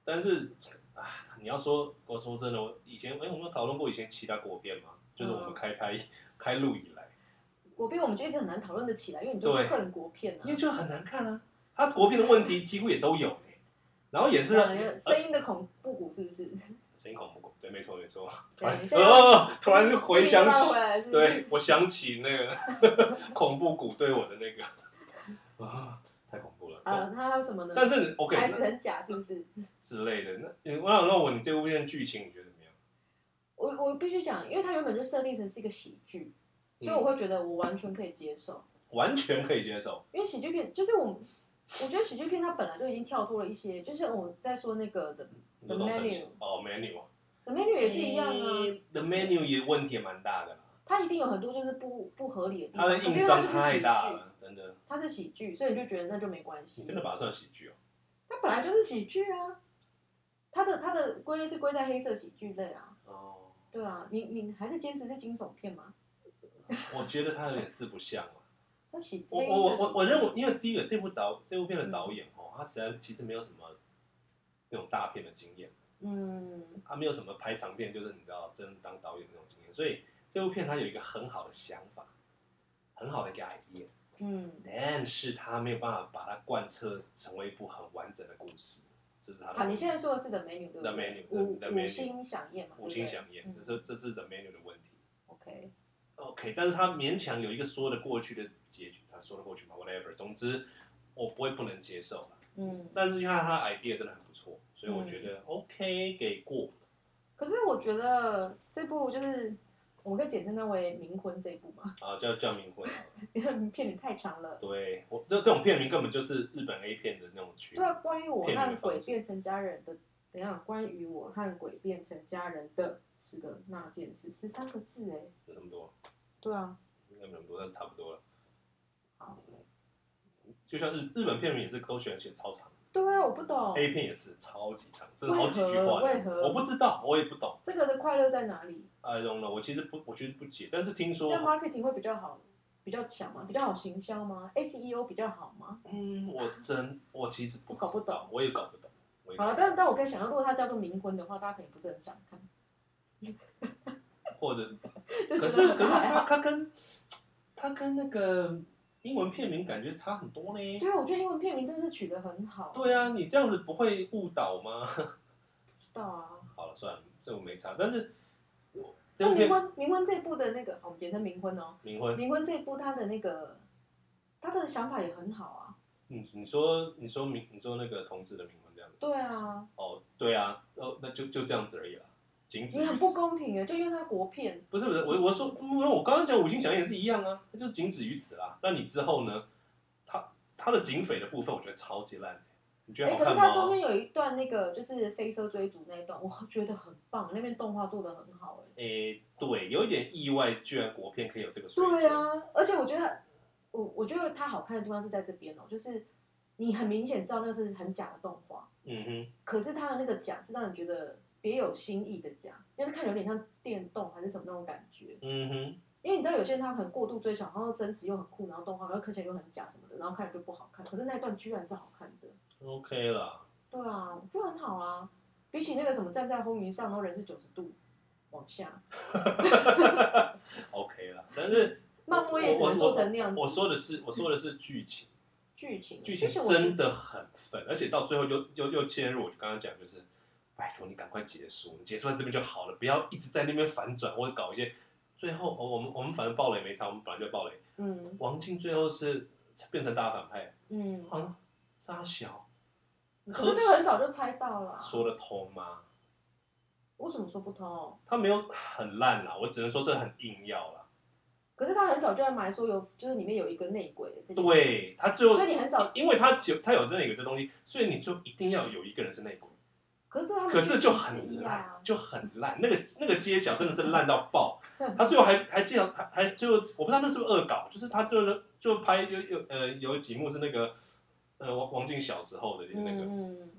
S2: 但是啊，你要说，我说真的，我以前哎、我们有讨论过以前其他国片吗？就是我们
S1: 嗯
S2: 开拍、开录以来，
S1: 国片我们就一直很难讨论的起来，因为你就
S2: 对
S1: 恨国片啊
S2: 因为，就很难看啊。他国片的问题几乎也都有、欸、然后也是
S1: 两个声音的恐怖谷是不是？
S2: 声音恐怖，对，没错没错。突
S1: 对
S2: 然
S1: 你现在
S2: 哦，呃 突然回想
S1: 这个又
S2: 起
S1: 拉回，来是不是？
S2: 对我想起那个 恐怖谷对我的那个 啊，太恐怖了。
S1: 啊，他还有什么呢？
S2: 但是 OK，
S1: 孩
S2: 那
S1: 子很假是不是？
S2: 之类的。那你我想让我你这部片剧情你觉得怎么样？
S1: 我我必须讲，因为它原本就设定成是一个喜剧，
S2: 嗯
S1: 所以我会觉得我完全可以接受。
S2: 完全可以接受。
S1: 因为喜剧片就是我们我觉得喜剧片它本来就已经跳脱了一些，就是我在说那个的
S2: 你都懂
S1: The
S2: 神
S1: Menu
S2: 仙哦，menu 啊
S1: The Menu 也是一样啊，
S2: 诶，the menu 也问题也蛮大的啦，
S1: 它一定有很多就是不哦不合理的地
S2: 它
S1: 方，
S2: 的
S1: 可是因
S2: 硬
S1: 为它
S2: 伤
S1: 就是
S2: 太
S1: 喜
S2: 大
S1: 剧，
S2: 了，真的，
S1: 它是喜剧，所以你就觉得那就没关系
S2: 你。真的把它算喜剧哦？
S1: 它本来就是喜剧啊，它的它的归类是归在黑色喜剧类啊，
S2: 哦，
S1: 对啊，你你还是坚持是惊悚片吗？
S2: 我觉得它有点四不像啊。
S1: 它喜
S2: 我
S1: 黑
S2: 我我
S1: 色喜
S2: 我我认为，因为第一个这部导这部片
S1: 嗯
S2: 的导演哦，他实在其实没有什么那种大片的经验，
S1: 嗯
S2: 他没有什么拍长片，就是你知道真的当导演那种经验，所以这部片他有一个很好的想法，很好的一个 idea，
S1: 嗯，
S2: 但是他没有办法把它贯彻成为一部很完整的故事，这是他的
S1: 啊好，你现在说的是 The Menu 对不
S2: The
S1: 对
S2: Menu，？
S1: 五
S2: The
S1: 五
S2: Menu
S1: 星响宴嘛，
S2: 五星响
S1: 对
S2: 宴，
S1: 不
S2: 这
S1: 对
S2: 是
S1: 嗯
S2: 这是 The Menu 的问题。
S1: OK，
S2: OK，但是他勉强有一个说得过去的结局，他说得过去嘛，whatever，总之我不会不能接受啦
S1: 嗯，
S2: 但是因为他的 idea 真的很不错，所以我觉得 OK 给过。
S1: 可是我觉得这部就是我们可以简称它为《冥婚》这一部嘛，
S2: 啊，叫叫名混好了。
S1: 因为片名太长了。
S2: 对我这这种片名根本就是日本 A 片的那种群
S1: 对。啊，关于我
S2: 片名的
S1: 和
S2: 方
S1: 鬼
S2: 式
S1: 变成家人的，等一下，关于我和鬼变成家人的是个那件事，十三个字哎，
S2: 有那么多，
S1: 对啊，
S2: 应该没有那么多，但差不多了。
S1: 好，
S2: 就像日日本片名也是都喜欢写超长、
S1: 对啊，我不懂
S2: a 片也是超级长，这好几句话
S1: 为何
S2: 这样子
S1: 为何
S2: 我不知道，我也不懂。
S1: 这个的快乐在哪里？
S2: I don't know，我其实不，我其实不解，但是听
S1: 这
S2: 说，
S1: 样 marketing 会比较好，比较强吗？比较好行销吗？SEO 比较好吗？
S2: 嗯，我真我其实不知道
S1: 搞不懂，
S2: 我也搞不懂。我也搞
S1: 好
S2: 不
S1: 了，
S2: 懂
S1: 但但我可以想象，如果它叫做冥婚的话，大家可能不是很想看。
S2: 或者
S1: 就
S2: 可
S1: 觉
S2: 是
S1: 得
S2: 可是
S1: 还
S2: 他
S1: 好
S2: 他跟他跟那个英文片名感觉差很多呢。
S1: 对，我觉得英文片名真的是取得很好。
S2: 对啊，你这样子不会误导吗？
S1: 不知道啊。
S2: 好了，算了，这我没差。但是我这
S1: 那
S2: 部
S1: 冥
S2: 片
S1: 婚冥婚这部的那个，好我们简称冥婚哦。
S2: 冥婚，
S1: 冥婚这部它的那个，它的想法也很好啊。
S2: 你嗯你说你说冥你说那个同志的冥婚这样子，
S1: 对啊，
S2: 哦，对啊，哦，那就就这样子而已啦，仅止
S1: 你很
S2: 于
S1: 不
S2: 此。
S1: 公平哎，就因为它国片，
S2: 不是不是，我我说，因为我刚刚讲五星响也是一样啊，那就是仅止于此啦。那你之后呢？他他的警匪的部分，我觉得超级烂的，你觉得
S1: 哎，
S2: 好
S1: 可是
S2: 看
S1: 它中
S2: 吗
S1: 间？有一段那个就是飞车追逐那一段，我觉得很棒，那边动画做的很好哎。
S2: 诶、对，有一点意外，居然国片可以有这个水准。
S1: 对啊，而且我觉得，我我觉得它好看的地方是在这边哦，就是你很明显知道那是很假的动画，
S2: 嗯哼，
S1: 可是它的那个假是让你觉得别有新意的假，因为它看有点像电动还是什么那种感觉。
S2: 嗯哼，
S1: 因为你知道有些人他很过度追求，然后真实又很酷，然后动画，然后看起来又很假什么的，然后看着就不好看。可是那一段居然是好看的，
S2: OK 啦，
S1: 对啊，我觉得很好啊。比起那个什么站在风云上，然后人是九十度往下，
S2: OK 啦。但是
S1: 漫威也只
S2: 我我
S1: 能做成那样子。
S2: 我说的是，我说的是剧情，
S1: 剧情，
S2: 剧情
S1: 我觉
S2: 真的很粉，而且到最后又又又切入我刚刚讲，就是拜托你赶快结束，你结束在这边就好了，不要一直在那边反转或者搞一些。最后，哦我们我们反正爆雷没差，我们本来就爆雷。
S1: 嗯
S2: 王静最后是变成大反派，
S1: 嗯，
S2: 啊，沙小，
S1: 可是这个很早就猜到了啊、
S2: 说得通吗？
S1: 为什么说不通？
S2: 他没有很烂啦，我只能说这很硬要啦。
S1: 可是他很早就在埋说有，就是里面有一个内鬼的这件事，
S2: 对他最后，
S1: 所以你很早
S2: 因为他有他有那个这东西，所以你就一定要有一个人是内鬼。
S1: 可是他们
S2: 可是就
S1: 之
S2: 很
S1: 一
S2: 烂
S1: 啊，，
S2: 就很烂，那个那个揭晓真的是烂到爆。他最后还还介绍，还还最后我不知道那是不是恶搞，就是他就是就拍有有呃有几幕是那个呃王王静小时候的那个，
S1: 嗯嗯，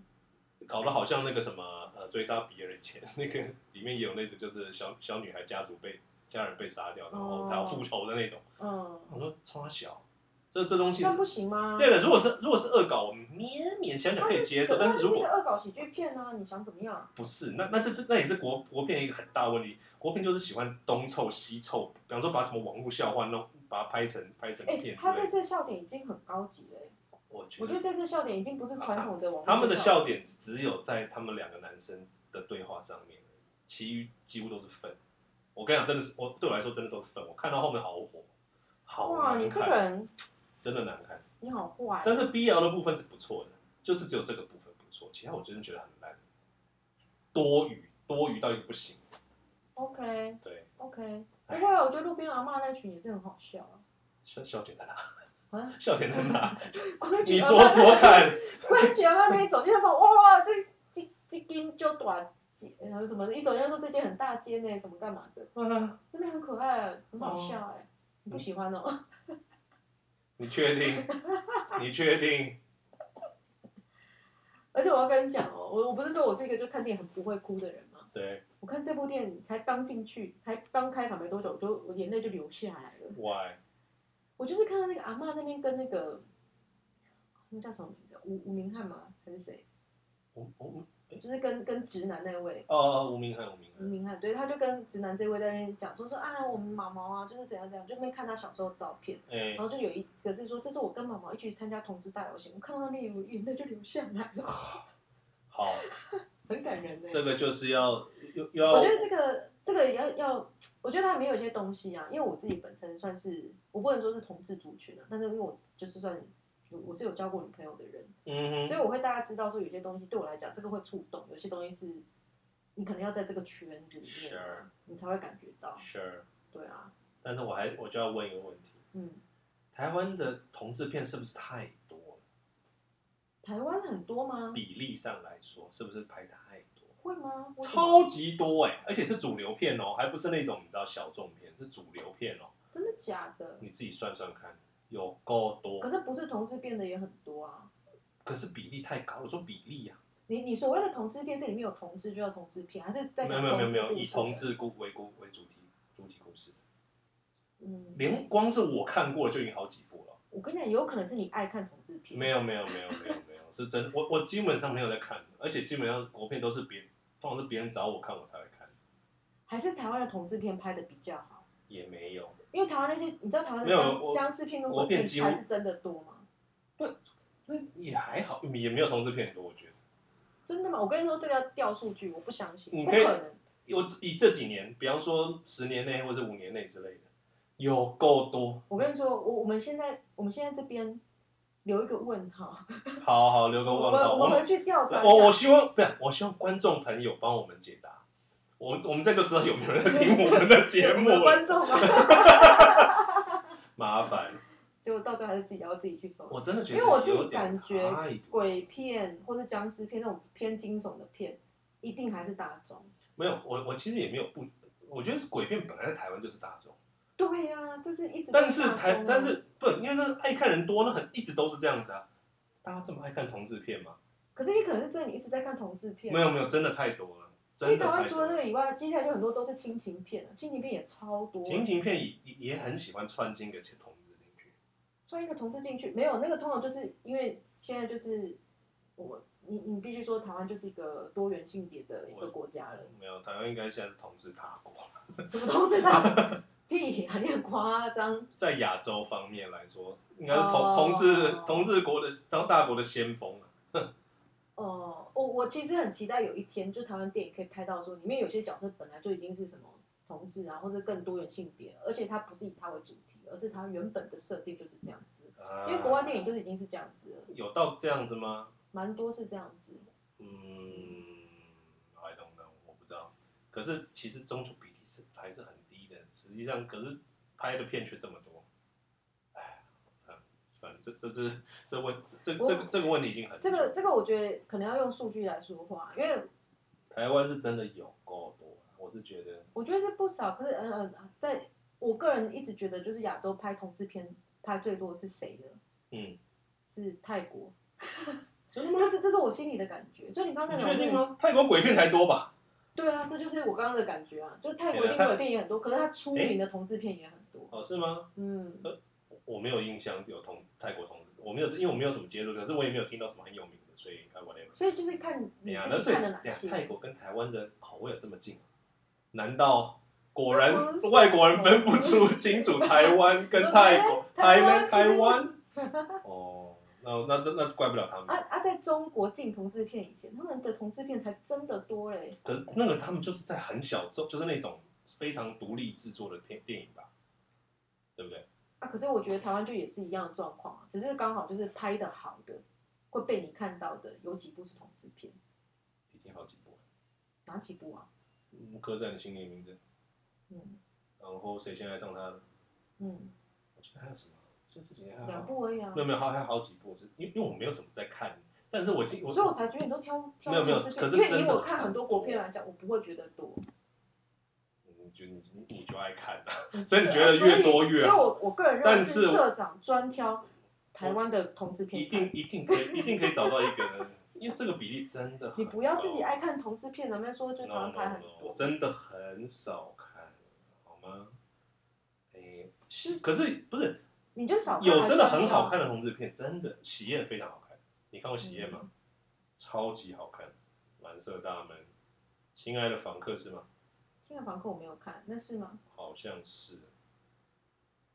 S2: 搞得好像那个什么呃追杀比尔以前那个里面也有那种就是小小女孩家族被家人被杀掉，然后
S1: 哦
S2: 她要复仇的那种。
S1: 嗯，
S2: 我说冲他小，这这东西
S1: 那
S2: 是
S1: 不啊行吗？
S2: 对的。如果是如果是恶搞，我们勉勉强强可以接受，但
S1: 它
S2: 是
S1: 就
S2: 如
S1: 是一
S2: 果
S1: 个恶搞喜剧片啊，你想怎么样？
S2: 不是，那那这这那也是国国片一个很大问题。国片就是喜欢东凑西凑，比方说把什么网络笑话弄，把它拍成拍成
S1: 哎、
S2: 片之
S1: 他这
S2: 类的。
S1: 次的笑点已经很高级了、欸，
S2: 我觉
S1: 我觉得
S2: 得
S1: 这次笑点已经不是传统的网络
S2: 他们的
S1: 笑
S2: 笑点只有在他们两个男生的对话上面，其余几乎都是粉。我跟你讲，真的是我对我来说真的都是粉。我看到后面好火，好
S1: 哇，
S2: 难
S1: 你这
S2: 看，
S1: 个人
S2: 真的难看。
S1: 你好坏
S2: 但，是 BL 的部分是不错的，就是只有这个部分不错，其他我真的觉得很烂，多余多余到一个不行。
S1: OK
S2: 对，
S1: OK，不
S2: 哎
S1: 会啊，我觉得路边阿嬷那群也是很好笑啊，
S2: 笑笑简单啊。
S1: 啊，
S2: 笑点在哪？
S1: 规矩
S2: 你说 说看。
S1: 冠军外面走进来，哇，这这这间就短，然后什么的，一走进来说这件很大间呢，什么干嘛的，
S2: 啊
S1: 那边很可爱，很好笑哎、你不喜欢哦？
S2: 你确定？ 你确定？
S1: 而且我要跟你讲哦，我我不是说我是一个就看电影很不会哭的人吗？
S2: 对
S1: 我看这部电影才刚进去，才刚开场没多久，我就我眼泪就流下来了。
S2: ，Why？
S1: 我就是看到那个阿嬷那边跟那个那叫什么名字，啊吴吴明翰吗？还是谁？
S2: 我我
S1: 就是跟跟直男那位，
S2: 哦，吴明翰，吴明
S1: 吴
S2: 翰，
S1: 明翰，对，他就跟直男这位在那边讲说说啊，我们毛毛啊，就是怎样怎样，就没看他小时候的照片，
S2: 哎
S1: 然，后就有一个是说，这是我跟毛毛一起去参加同志大游行，我看到那边有眼泪就流下来了，
S2: 好，
S1: 很 感人呢、欸
S2: 这个就是要又又
S1: 我
S2: 要
S1: 觉得这个这个也要要，我觉得它里面有一些东西啊，因为我自己本身算是，我不能说是同志族群啊，但是因为我就是算我是有交过女朋友的人，
S2: 嗯
S1: 所
S2: 哼，
S1: 以我会大家知道说有些东西对我来讲，这个会触动，有些东西是你可能要在这个圈子里面啊，
S2: Sure
S1: 你才会感觉到，
S2: 是，
S1: 对啊，
S2: 但是我还我就要问一个问题：
S1: 嗯。
S2: 台湾的同志片是不是太多了？
S1: 台湾很多吗？
S2: 比例上来说，是不是拍太多？
S1: 会吗？为什么
S2: 超级多哎、而且是主流片哦，还不是那种你知道小众片，是主流片哦。
S1: 真的假的？
S2: 你自己算算看，有够多，
S1: 可是不是同志变的也很多啊。
S2: 可是比例太高了。我说比例啊，
S1: 你你所谓的同志片是里面有同志就叫同志片，还是在
S2: 没有
S1: 讲
S2: 没有没有没有，
S1: 同志故事
S2: 以同志故为故为主题主体故事，
S1: 嗯，
S2: 连光是我看过就已经好几部了。
S1: 我跟你讲，有可能是你爱看同志片，
S2: 没有没有没有没有没有，是真的我我基本上没有在看，而且基本上国片都是别，通常是别人找我看我才会看，
S1: 还是台湾的同志片拍的比较好，
S2: 也没有。
S1: 因为台湾那些你知道台湾
S2: 没
S1: 的
S2: 有
S1: 僵
S2: 我
S1: 僵尸片跟
S2: 国
S1: 鬼
S2: 片
S1: 片
S2: 几乎
S1: 才是真的多吗？
S2: 那也还好，也没有同志片多，我觉得。
S1: 真的吗？我跟你说这个要调数据，我不相信，
S2: 你
S1: 不
S2: 可以
S1: 可能。
S2: 我只以这几年，比方说十年内或者五年内之类的，有够多。
S1: 我跟你说，我我们现在我们现在这边留一个问号，
S2: 好好留个
S1: 我
S2: 问
S1: 们
S2: 号，
S1: 我
S2: 我
S1: 们回
S2: 们
S1: 去调查一下。
S2: 我我希望不是，我希望观众朋友帮我们解答。我我们这就知道有没有人在听我们的节目
S1: 我们
S2: 了，
S1: 观众吗？
S2: 麻烦。
S1: 结果到最后还是自己要自己去搜。
S2: 我真的觉得
S1: 因为我自己
S2: 有点
S1: 感觉
S2: 太多
S1: 鬼片或者僵尸片那种偏惊悚的片，一定还是大众。
S2: 没有，我我其实也没有不，我觉得鬼片本来在台湾就是大众，
S1: 对呀、这是一直
S2: 但是
S1: 大众
S2: 台
S1: 啊
S2: 但是不，因为那爱看人多，那很一直都是这样子啊。大家这么爱看同志片吗？
S1: 可是你可能是真的你一直在看同志片，
S2: 没有没有，真的太多了，
S1: 因为
S2: 真的
S1: 台
S2: 太
S1: 湾除
S2: 多
S1: 了这
S2: 了。
S1: 个以外，接下来就很多都是亲情片了，亲情片也超多。
S2: 情景片也也也很喜欢穿进个同志进去，
S1: 穿一个同志进去，没有那个通常就是因为现在就是我你你必须说台湾就是一个多元性别的一个国家了，
S2: 没有台湾应该现在是同志大国。
S1: 什么同志 啊？屁呀、你很夸张。
S2: 在亚洲方面来说，应该是同、
S1: 哦
S2: 同志同志国的当大国的先锋啊。
S1: 哦，我我其实很期待有一天，就台湾电影可以拍到说，里面有些角色本来就已经是什么同志啊，或者更多元性别，而且它不是以它为主题，而是它原本的设定就是这样子。
S2: 啊
S1: 因为国外电影就是已经是这样子了，
S2: 有到这样子吗？
S1: 蛮多是这样子。
S2: 嗯，I don't know，我不知道。可是其实中主比例是还是很低的，实际上可是拍的片却这么多。哎，嗯，算了，这这这这问这这
S1: 我
S2: 这个这个问题已经很
S1: 这个这个，我觉得可能要用数据来说话，因为
S2: 台湾是真的有够多，我是觉得
S1: 我觉得是不少。可是，嗯、呃、嗯，在我个人一直觉得，就是亚洲拍同志片拍最多的是谁呢？
S2: 嗯，
S1: 是泰国，
S2: 真的吗？
S1: 这是这是我心里的感觉。所以你刚才
S2: 你
S1: 讲
S2: 确
S1: 那
S2: 定
S1: 个
S2: 吗？泰国鬼片才多吧？
S1: 对啊，这就是我刚刚的感觉啊，就是泰国
S2: 对啊
S1: 定鬼片也很多，可是它出名的同志片也很多。
S2: 哦，呃是吗？
S1: 嗯，
S2: 我我没有印象有同泰国同志，我没有，因为我没有什么接触，可是我也没有听到什么很有名的，所以哎 whatever。
S1: 所以就是看
S2: 对啊
S1: 你
S2: 呀，那
S1: 自己
S2: 所以
S1: 看了哪
S2: 等下泰
S1: 些。
S2: 国跟台湾的口味有这么近啊？难道果然
S1: 这不是？
S2: 外国人分不出清楚台湾跟泰国
S1: 啊台
S2: 台
S1: 湾
S2: 湾台湾？ 哦，那那真那怪不了他
S1: 啊
S2: 们。
S1: 啊，在中国进同志片以前，他们的同志片才真的多嘞。
S2: 可是那个他们就是在很小众，就是那种非常独立制作的片电影吧，对不对？
S1: 啊，可是我觉得台湾就也是一样的状况啊，只是刚好就是拍的好的会被你看到的有几部是同志片，
S2: 已经好几部了，
S1: 哪几部啊？
S2: 嗯刻在你心里的名字，
S1: 嗯
S2: 然后谁先爱上他的？
S1: 嗯，
S2: 我记得还有什么？所以这几年还
S1: 两
S2: 好，
S1: 部而已啊
S2: 没，有没有，还还好几部，是因为因为我没有什么在看，但是我今我
S1: 所以我才觉得你都挑挑
S2: 没有没有
S1: 这些
S2: 可是
S1: 因为
S2: 真
S1: 以
S2: 的
S1: 我看
S2: 很
S1: 很多
S2: 多
S1: 国片来讲，我不会觉得多，
S2: 嗯你就你你你就爱看， 所以你觉得
S1: 对啊
S2: 越多越
S1: 所以所以
S2: 好
S1: 我我个人认为
S2: 但
S1: 是
S2: 是
S1: 社长专挑台湾的同志片，
S2: 一定。一定可以一定可以找到一个人，因为这个比例真的很
S1: 你不要自己
S2: 高
S1: 爱看同志片，人家说就台
S2: no,
S1: 湾
S2: no,
S1: 拍很
S2: no,
S1: 多
S2: 我。真的很少看，好吗？诶、
S1: 是
S2: 可是不是
S1: 你就少看
S2: 有真的很好
S1: 还
S2: 看的同志片，真的《喜宴》非常好看。你看过《喜宴》吗？
S1: 嗯
S2: 超级好看，《蓝色大门》，《亲爱的房客》是吗？
S1: 是挑。现在房客我没有看，那是吗？
S2: 好像是。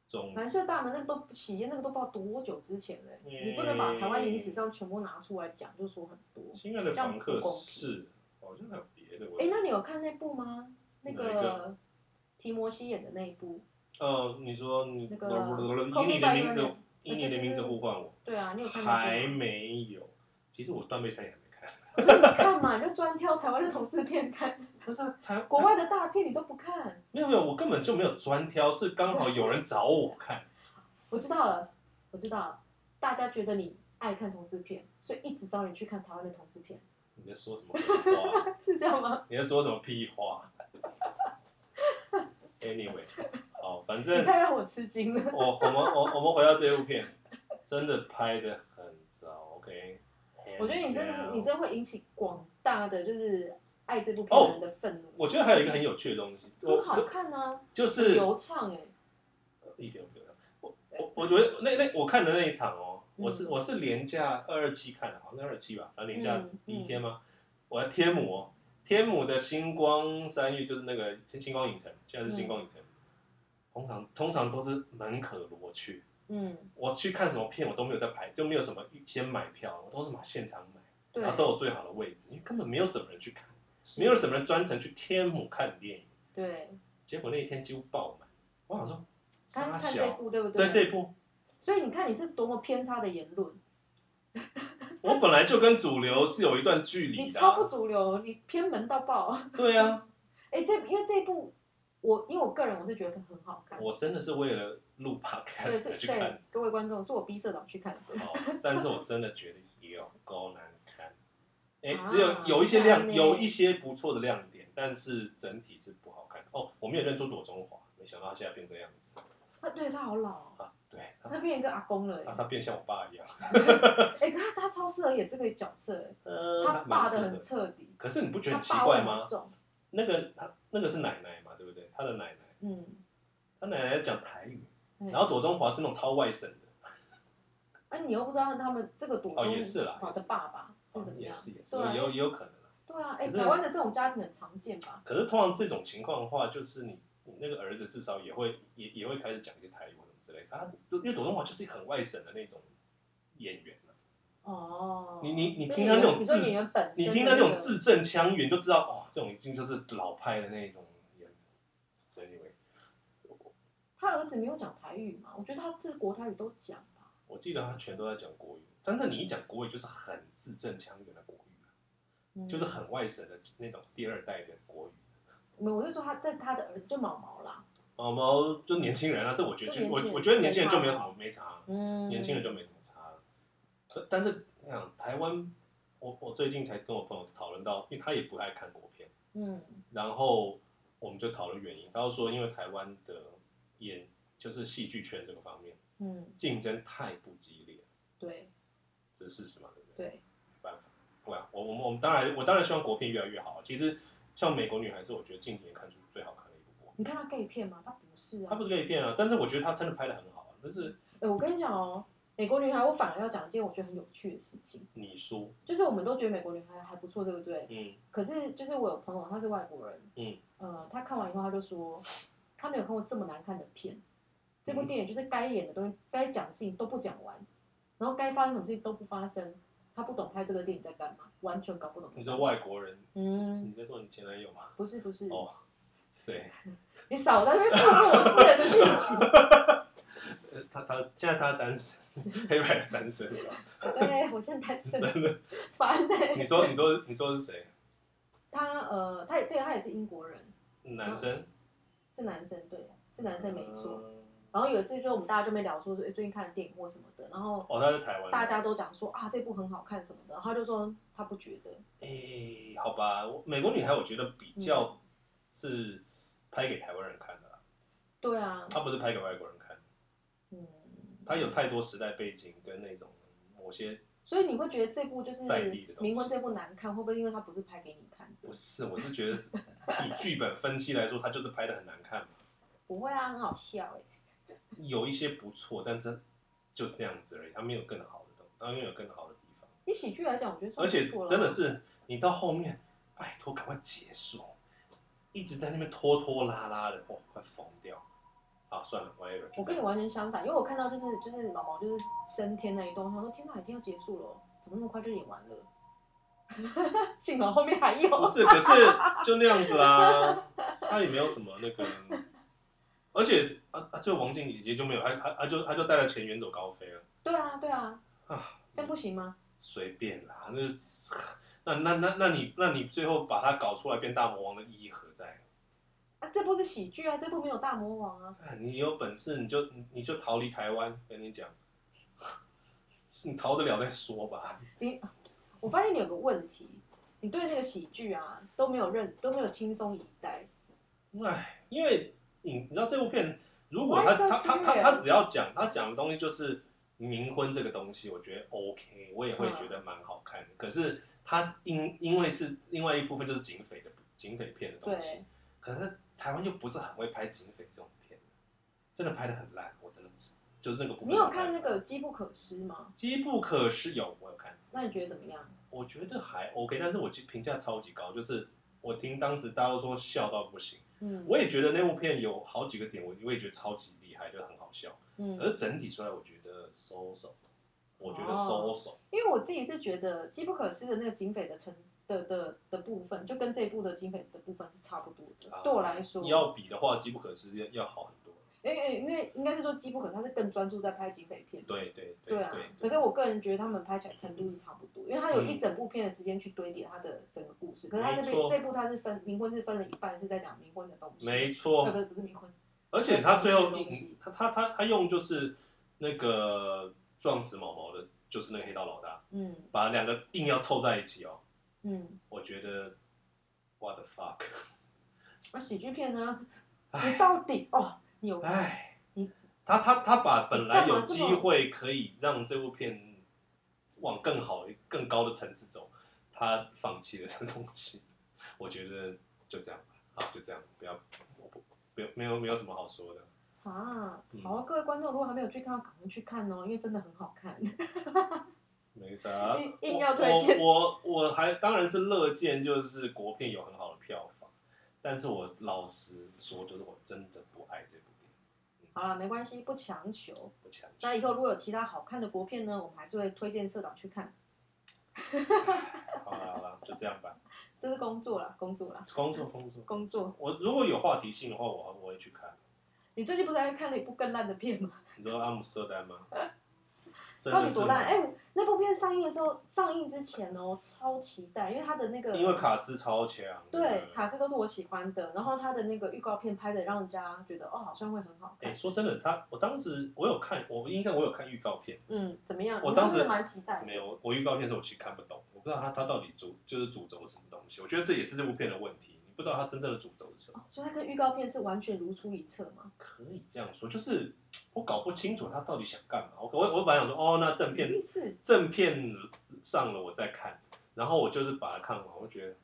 S2: 总
S1: 蓝色大门那个都喜宴那个都不知道多久之前嘞、你不能把台湾影史上全部拿出来讲，就说很多。
S2: 亲爱的房
S1: 这
S2: 客
S1: 样不》公平
S2: 是，好像还有别的。我
S1: 哎、那你有看那部吗？那
S2: 哪一
S1: 个提摩西演的那一部，
S2: 呃，你说你
S1: 那个
S2: 以你
S1: Call Me
S2: 的
S1: by
S2: 名字
S1: Your Name
S2: 以你的名字呼唤我，
S1: 对啊，你有看那
S2: 还
S1: 部吗？
S2: 没有。其实我《断背山》也还没 看。
S1: 所以你看嘛，你就专挑台湾的同志片看，
S2: 不是、啊、台
S1: 国
S2: 台
S1: 外的大片你都不看。
S2: 没有没有，我根本就没有专挑，是刚好有人找我看。
S1: 我知道了，我知道了，大家觉得你爱看同志片，所以一直找你去看台湾的同志片，
S2: 你在说什么屁话？
S1: 是这样吗？
S2: 你在说什么屁 话？Anyway，好，反
S1: 你
S2: 正
S1: 太让我吃惊了。
S2: 我我们我我们回到这部片，真的拍的很糟，OK。
S1: 我觉得你真的是，你
S2: 这，
S1: 真的会引起广大的就是爱这部片的人的愤怒。
S2: 哦我觉得还有一个很有趣的东西，我
S1: 很好看啊，
S2: 就是
S1: 很流畅哎、
S2: 一点不流量。我我我觉得那那我看的那一场哦，
S1: 嗯
S2: 我是我是连假二二七看的，好像二二七吧，然后连假
S1: 嗯
S2: 第一天吗？我在天母哦，天母的星光三月就是那个星光影城，现在是
S1: 嗯
S2: 星光影城。通常通常都是门可罗雀，
S1: 嗯，
S2: 我去看什么片我都没有在排，就没有什么先买票，我都是买现场买，
S1: 对，
S2: 然后都有最好的位置，因为根本没有什么人去看，没有什么人专程去天母看电影。
S1: 对，
S2: 结果那一天几乎爆满，我想说，
S1: 看
S2: 傻
S1: 看这
S2: 小，
S1: 部对不
S2: 对
S1: 对？
S2: 这一部
S1: 所以你看你是多么偏差的言论，
S2: 我本来就跟主流是有一段距离
S1: 你
S2: 的、
S1: 超
S2: 啊
S1: 不，主流，你偏门到爆。
S2: 对啊，
S1: 哎、这因为这部我因为我个人我是觉得很好看，
S2: 我真的是为了录
S1: 对
S2: podcast 才
S1: 是
S2: 去
S1: 对
S2: 看，
S1: 各位观众是我逼社长去看的。
S2: 好，哦但是我真的觉得有够难看，哎、
S1: 啊
S2: 只有有一些亮，
S1: 难欸
S2: 有一些不错的亮点，但是整体是不好看。哦，我没有认出左中华，没想到他现在变这样子
S1: 他对他好老哦、
S2: 啊，对，他啊
S1: 他变一个阿公了、
S2: 他
S1: 欸，
S2: 他变像我爸一样，
S1: 哎、可他他超适合演这个角色、欸，
S2: 呃，
S1: 他
S2: 蛮
S1: 霸
S2: 适
S1: 的
S2: 合
S1: 很彻底，
S2: 可是你不觉得
S1: 他
S2: 很奇
S1: 霸
S2: 怪
S1: 味很
S2: 吗？
S1: 重，
S2: 那个他那个是奶奶嘛，对不对？他的奶奶，
S1: 嗯，
S2: 他奶奶讲台语，
S1: 对
S2: 然后左中华是那种超外省的。
S1: 啊，你又不知道他们这个躲
S2: 哦
S1: 中
S2: 也是啦
S1: 华
S2: 也是
S1: 的
S2: 哦
S1: 爸爸是怎么
S2: 也
S1: 样？
S2: 是也是，
S1: 对啊
S2: 也有也有可能啊
S1: 对啊，哎、
S2: 只是
S1: 台湾的这种家庭很常见吧？
S2: 可是通常这种情况的话，就是你你那个儿子至少也会也也会开始讲一些台语或什么之类的。他啊因为董东华就是一个很外省的那种演员啊
S1: 哦，
S2: 你你你
S1: 所
S2: 听
S1: 以
S2: 他那种
S1: 你说
S2: 字
S1: 演员本身、
S2: 你听他那种，字正腔圆就知道，哇、哦，这种已经就是老派的那种演员。所以，anyway，
S1: 他儿子没有讲台语嘛？我觉得他这个国台语都讲吧。
S2: 我记得他全都在讲国语，但是你一讲国语就是很字正腔圆的国语啊、
S1: 嗯
S2: 就是很外省的那种第二代的国语。
S1: 没有，我是说他在他的儿子就毛毛啦，
S2: 哦，毛就年轻人啊，这我觉得
S1: 就
S2: 就
S1: 年
S2: 我
S1: 轻人
S2: 我觉得年轻人就没有
S1: 没
S2: 什
S1: 差
S2: 么没差啊、
S1: 嗯，
S2: 年轻人就没什么差了。可但是我想台湾，我我最近才跟我朋友讨论到，因为他也不爱看国片，
S1: 嗯
S2: 然后我们就讨论原因。他就说，因为台湾的演就是戏剧圈这个方面
S1: 嗯，
S2: 竞争太不激烈，
S1: 对
S2: 这是事实嘛，对不对？
S1: 对，
S2: 没办法，不然我我们我们当然我当然希望国片越来越好。其实像《美国女孩》是我觉得近几年看出最好看的一部国片，
S1: 你看他 gay 片吗？他不是啊，
S2: 它不是 A 片啊，但是我觉得它真的拍的很好啊。但是
S1: 哎、我跟你讲哦，美国女孩，我反而要讲一件我觉得很有趣的事情，
S2: 你说，
S1: 就是我们都觉得美国女孩还不错，对不对？
S2: 嗯
S1: 可是就是我有朋友，他是外国人，
S2: 嗯，
S1: 呃，他看完以后他就说，他没有看过这么难看的片，这部电影就是该演的东西、该讲的事情都不讲完，然后该发生什么事情都不发生，他不懂拍这个电影在干嘛，完全搞不懂。
S2: 你说，外国人，
S1: 嗯，
S2: 你在说你前男友吗？
S1: 不是不是，
S2: 哦，谁？
S1: 你少在那边透露我私人的讯息。
S2: 呃他他现在他单身， 黑白是单身。
S1: 对，哎我现在单身，烦哎、
S2: 你说你说你说是谁？
S1: 他呃，他也对他也是英国人，
S2: 男生？
S1: 啊是男生，对，是男生没错。
S2: 嗯
S1: 然后有一次就我们大家就没聊说哎诶最近看的电影或什么的，然后
S2: 哦，他在台湾。
S1: 大家都讲说啊这部很好看什么的，然后他就说他不觉得，
S2: 诶、好吧，我美国女孩我觉得比较是拍给台湾人看的啦，
S1: 对啊，
S2: 她不是拍给外国人看，
S1: 嗯，
S2: 她有太多时代背景跟那种某些
S1: 所以你会觉得这部就是
S2: 在地的东西
S1: 冥婚这部难看，会不会因为它不是拍给你看的
S2: 不？是，我是觉得以剧本分析来说，它就是拍的很难看嘛，
S1: 不会啊，很好笑哎、
S2: 有一些不错，但是就这样子而已，它没有更好的东，它没有更好的地方，
S1: 以喜剧来讲，我觉得算
S2: 而且
S1: 不错了
S2: 真的是你到后面，拜托赶快结束，一直在那边拖拖拉拉的，哇，快疯掉，啊，算了，whatever，就这
S1: 我跟你
S2: 样。
S1: 完全相反，因为我看到就是就是毛毛就是升天那一段，我想说天哪，已经要结束了，怎么那么快就演完了？ 幸好后面还有，
S2: 不是，可是就那样子啦，他也没有什么那个，而且啊啊，最后王静也就没有，他他他就他就带了钱远走高飞了
S1: 对啊对啊，
S2: 啊，
S1: 这样不行吗？
S2: 随便啦，那是 那那那那你那你最后把他搞出来变大魔王的意义何在？
S1: 啊，这部是喜剧啊，这部没有大魔王啊，
S2: 啊你有本事你就你你就逃离台湾，跟你讲，是你逃得了再说吧。
S1: 你我发现你有个问题，你对那个喜剧啊都没有认都没有轻松以待，
S2: 唉，因为你你知道这部片，如果他
S1: Why so
S2: 他他他他
S1: serious？
S2: 只要讲他讲的东西就是冥婚这个东西，我觉得 OK，我也会
S1: 嗯
S2: 觉得蛮好看的。可是他因因为是另外一部分就是警匪的警匪片的东西
S1: 对，
S2: 可是台湾又不是很会拍警匪这种片，真的拍的很烂，我真的是就是那个部分。
S1: 你有看那个《机不可失》吗？
S2: 《机不可失》有我有看，
S1: 那你觉得怎么样？
S2: 我觉得还 OK，但是我评价超级高，就是我听当时大家都说笑到不行。
S1: 嗯，
S2: 我也觉得那部片有好几个点，我我也觉得超级厉害，就很好笑。
S1: 嗯
S2: 可是整体出来，我觉得收手，我觉得
S1: 哦
S2: 收手。
S1: 因为我自己是觉得《机不可失》的那个警匪的成的的的部分，就跟这一部的警匪的部分是差不多的。
S2: 啊
S1: 对我来说，
S2: 要比的话，机不可失要要好很多。
S1: 因为因为应该是说《机不可失》它是更专注在拍警匪片。
S2: 对对
S1: 对啊，可
S2: 对嗯
S1: 是我个人觉得他们拍起来程度是差不多，因为他有一整部片的时间去堆叠他的整个故事。可是他这
S2: 没错
S1: 边这部他是分冥婚是分了一半是在讲冥婚的东西，
S2: 没
S1: 呃，
S2: 错。
S1: 不是不是冥婚，
S2: 而且他最后
S1: 这个东
S2: 一
S1: 西
S2: 他他他他用就是那个撞死毛毛的，就是那个黑道老大，
S1: 嗯
S2: 把两个硬要凑在一起哦。
S1: 嗯，
S2: 我觉得 what the fuck，
S1: 那啊喜剧片呢？你到底哦，你有
S2: 唉
S1: 你，
S2: 哎他他他把本来
S1: 你干
S2: 有
S1: 嘛这
S2: 机
S1: 么
S2: 会可以让这部片往更好、更高的层次走，他放弃了这东西。我觉得就这样吧，好，就这样，不要，我不，没有，没有，没有什么好说的。
S1: 啊
S2: 嗯，
S1: 好啊，各位观众，如果还没有去看，赶快去看哦，因为真的很好看。
S2: 没啥，
S1: 硬硬要推荐
S2: 我我我还当然是乐见，就是国片有很好的票房，但是我老实说，就是我真的不爱这部片，
S1: 好了，没关系，不强求。
S2: 不强求。
S1: 那以后如果有其他好看的国片呢，我们还是会推荐社长去看。
S2: 好了好了，就这样吧，
S1: 这是工作啦，工作啦，
S2: 工作工作。
S1: 工作。
S2: 我如果有话题性的话，我我会去看。
S1: 你最近不是还看了一部更烂的片吗？
S2: 你说阿姆斯特丹吗？真
S1: 到
S2: 的
S1: 底
S2: 是
S1: 多烂？
S2: 吗
S1: 哎、那部片上映的时候，上映之前哦，超期待，因为它的那个，
S2: 因为卡斯超强。
S1: 对卡斯都是我喜欢的，然后它的那个预告片拍的让人家觉得哦，好像会很好
S2: 哎、
S1: 看。
S2: 说真的，他我当时我有看，我印象我有看预告片，
S1: 嗯，怎么样？
S2: 我
S1: 你
S2: 当
S1: 是不
S2: 时
S1: 是蛮期待的。
S2: 没有我预告片的时候我其实看不懂，我不知道他他到底主就是主轴是什么东西。我觉得这也是这部片的问题，你不知道他真正的主轴是什么
S1: 哦，。所以它跟预告片是完全如出一辙嘛？
S2: 可以这样说，就是我搞不清楚他到底想干嘛。我我我本来想说，哦，那正
S1: 什
S2: 片
S1: 么意思？
S2: 正片上了我再看，然后我就是把它看完，我觉得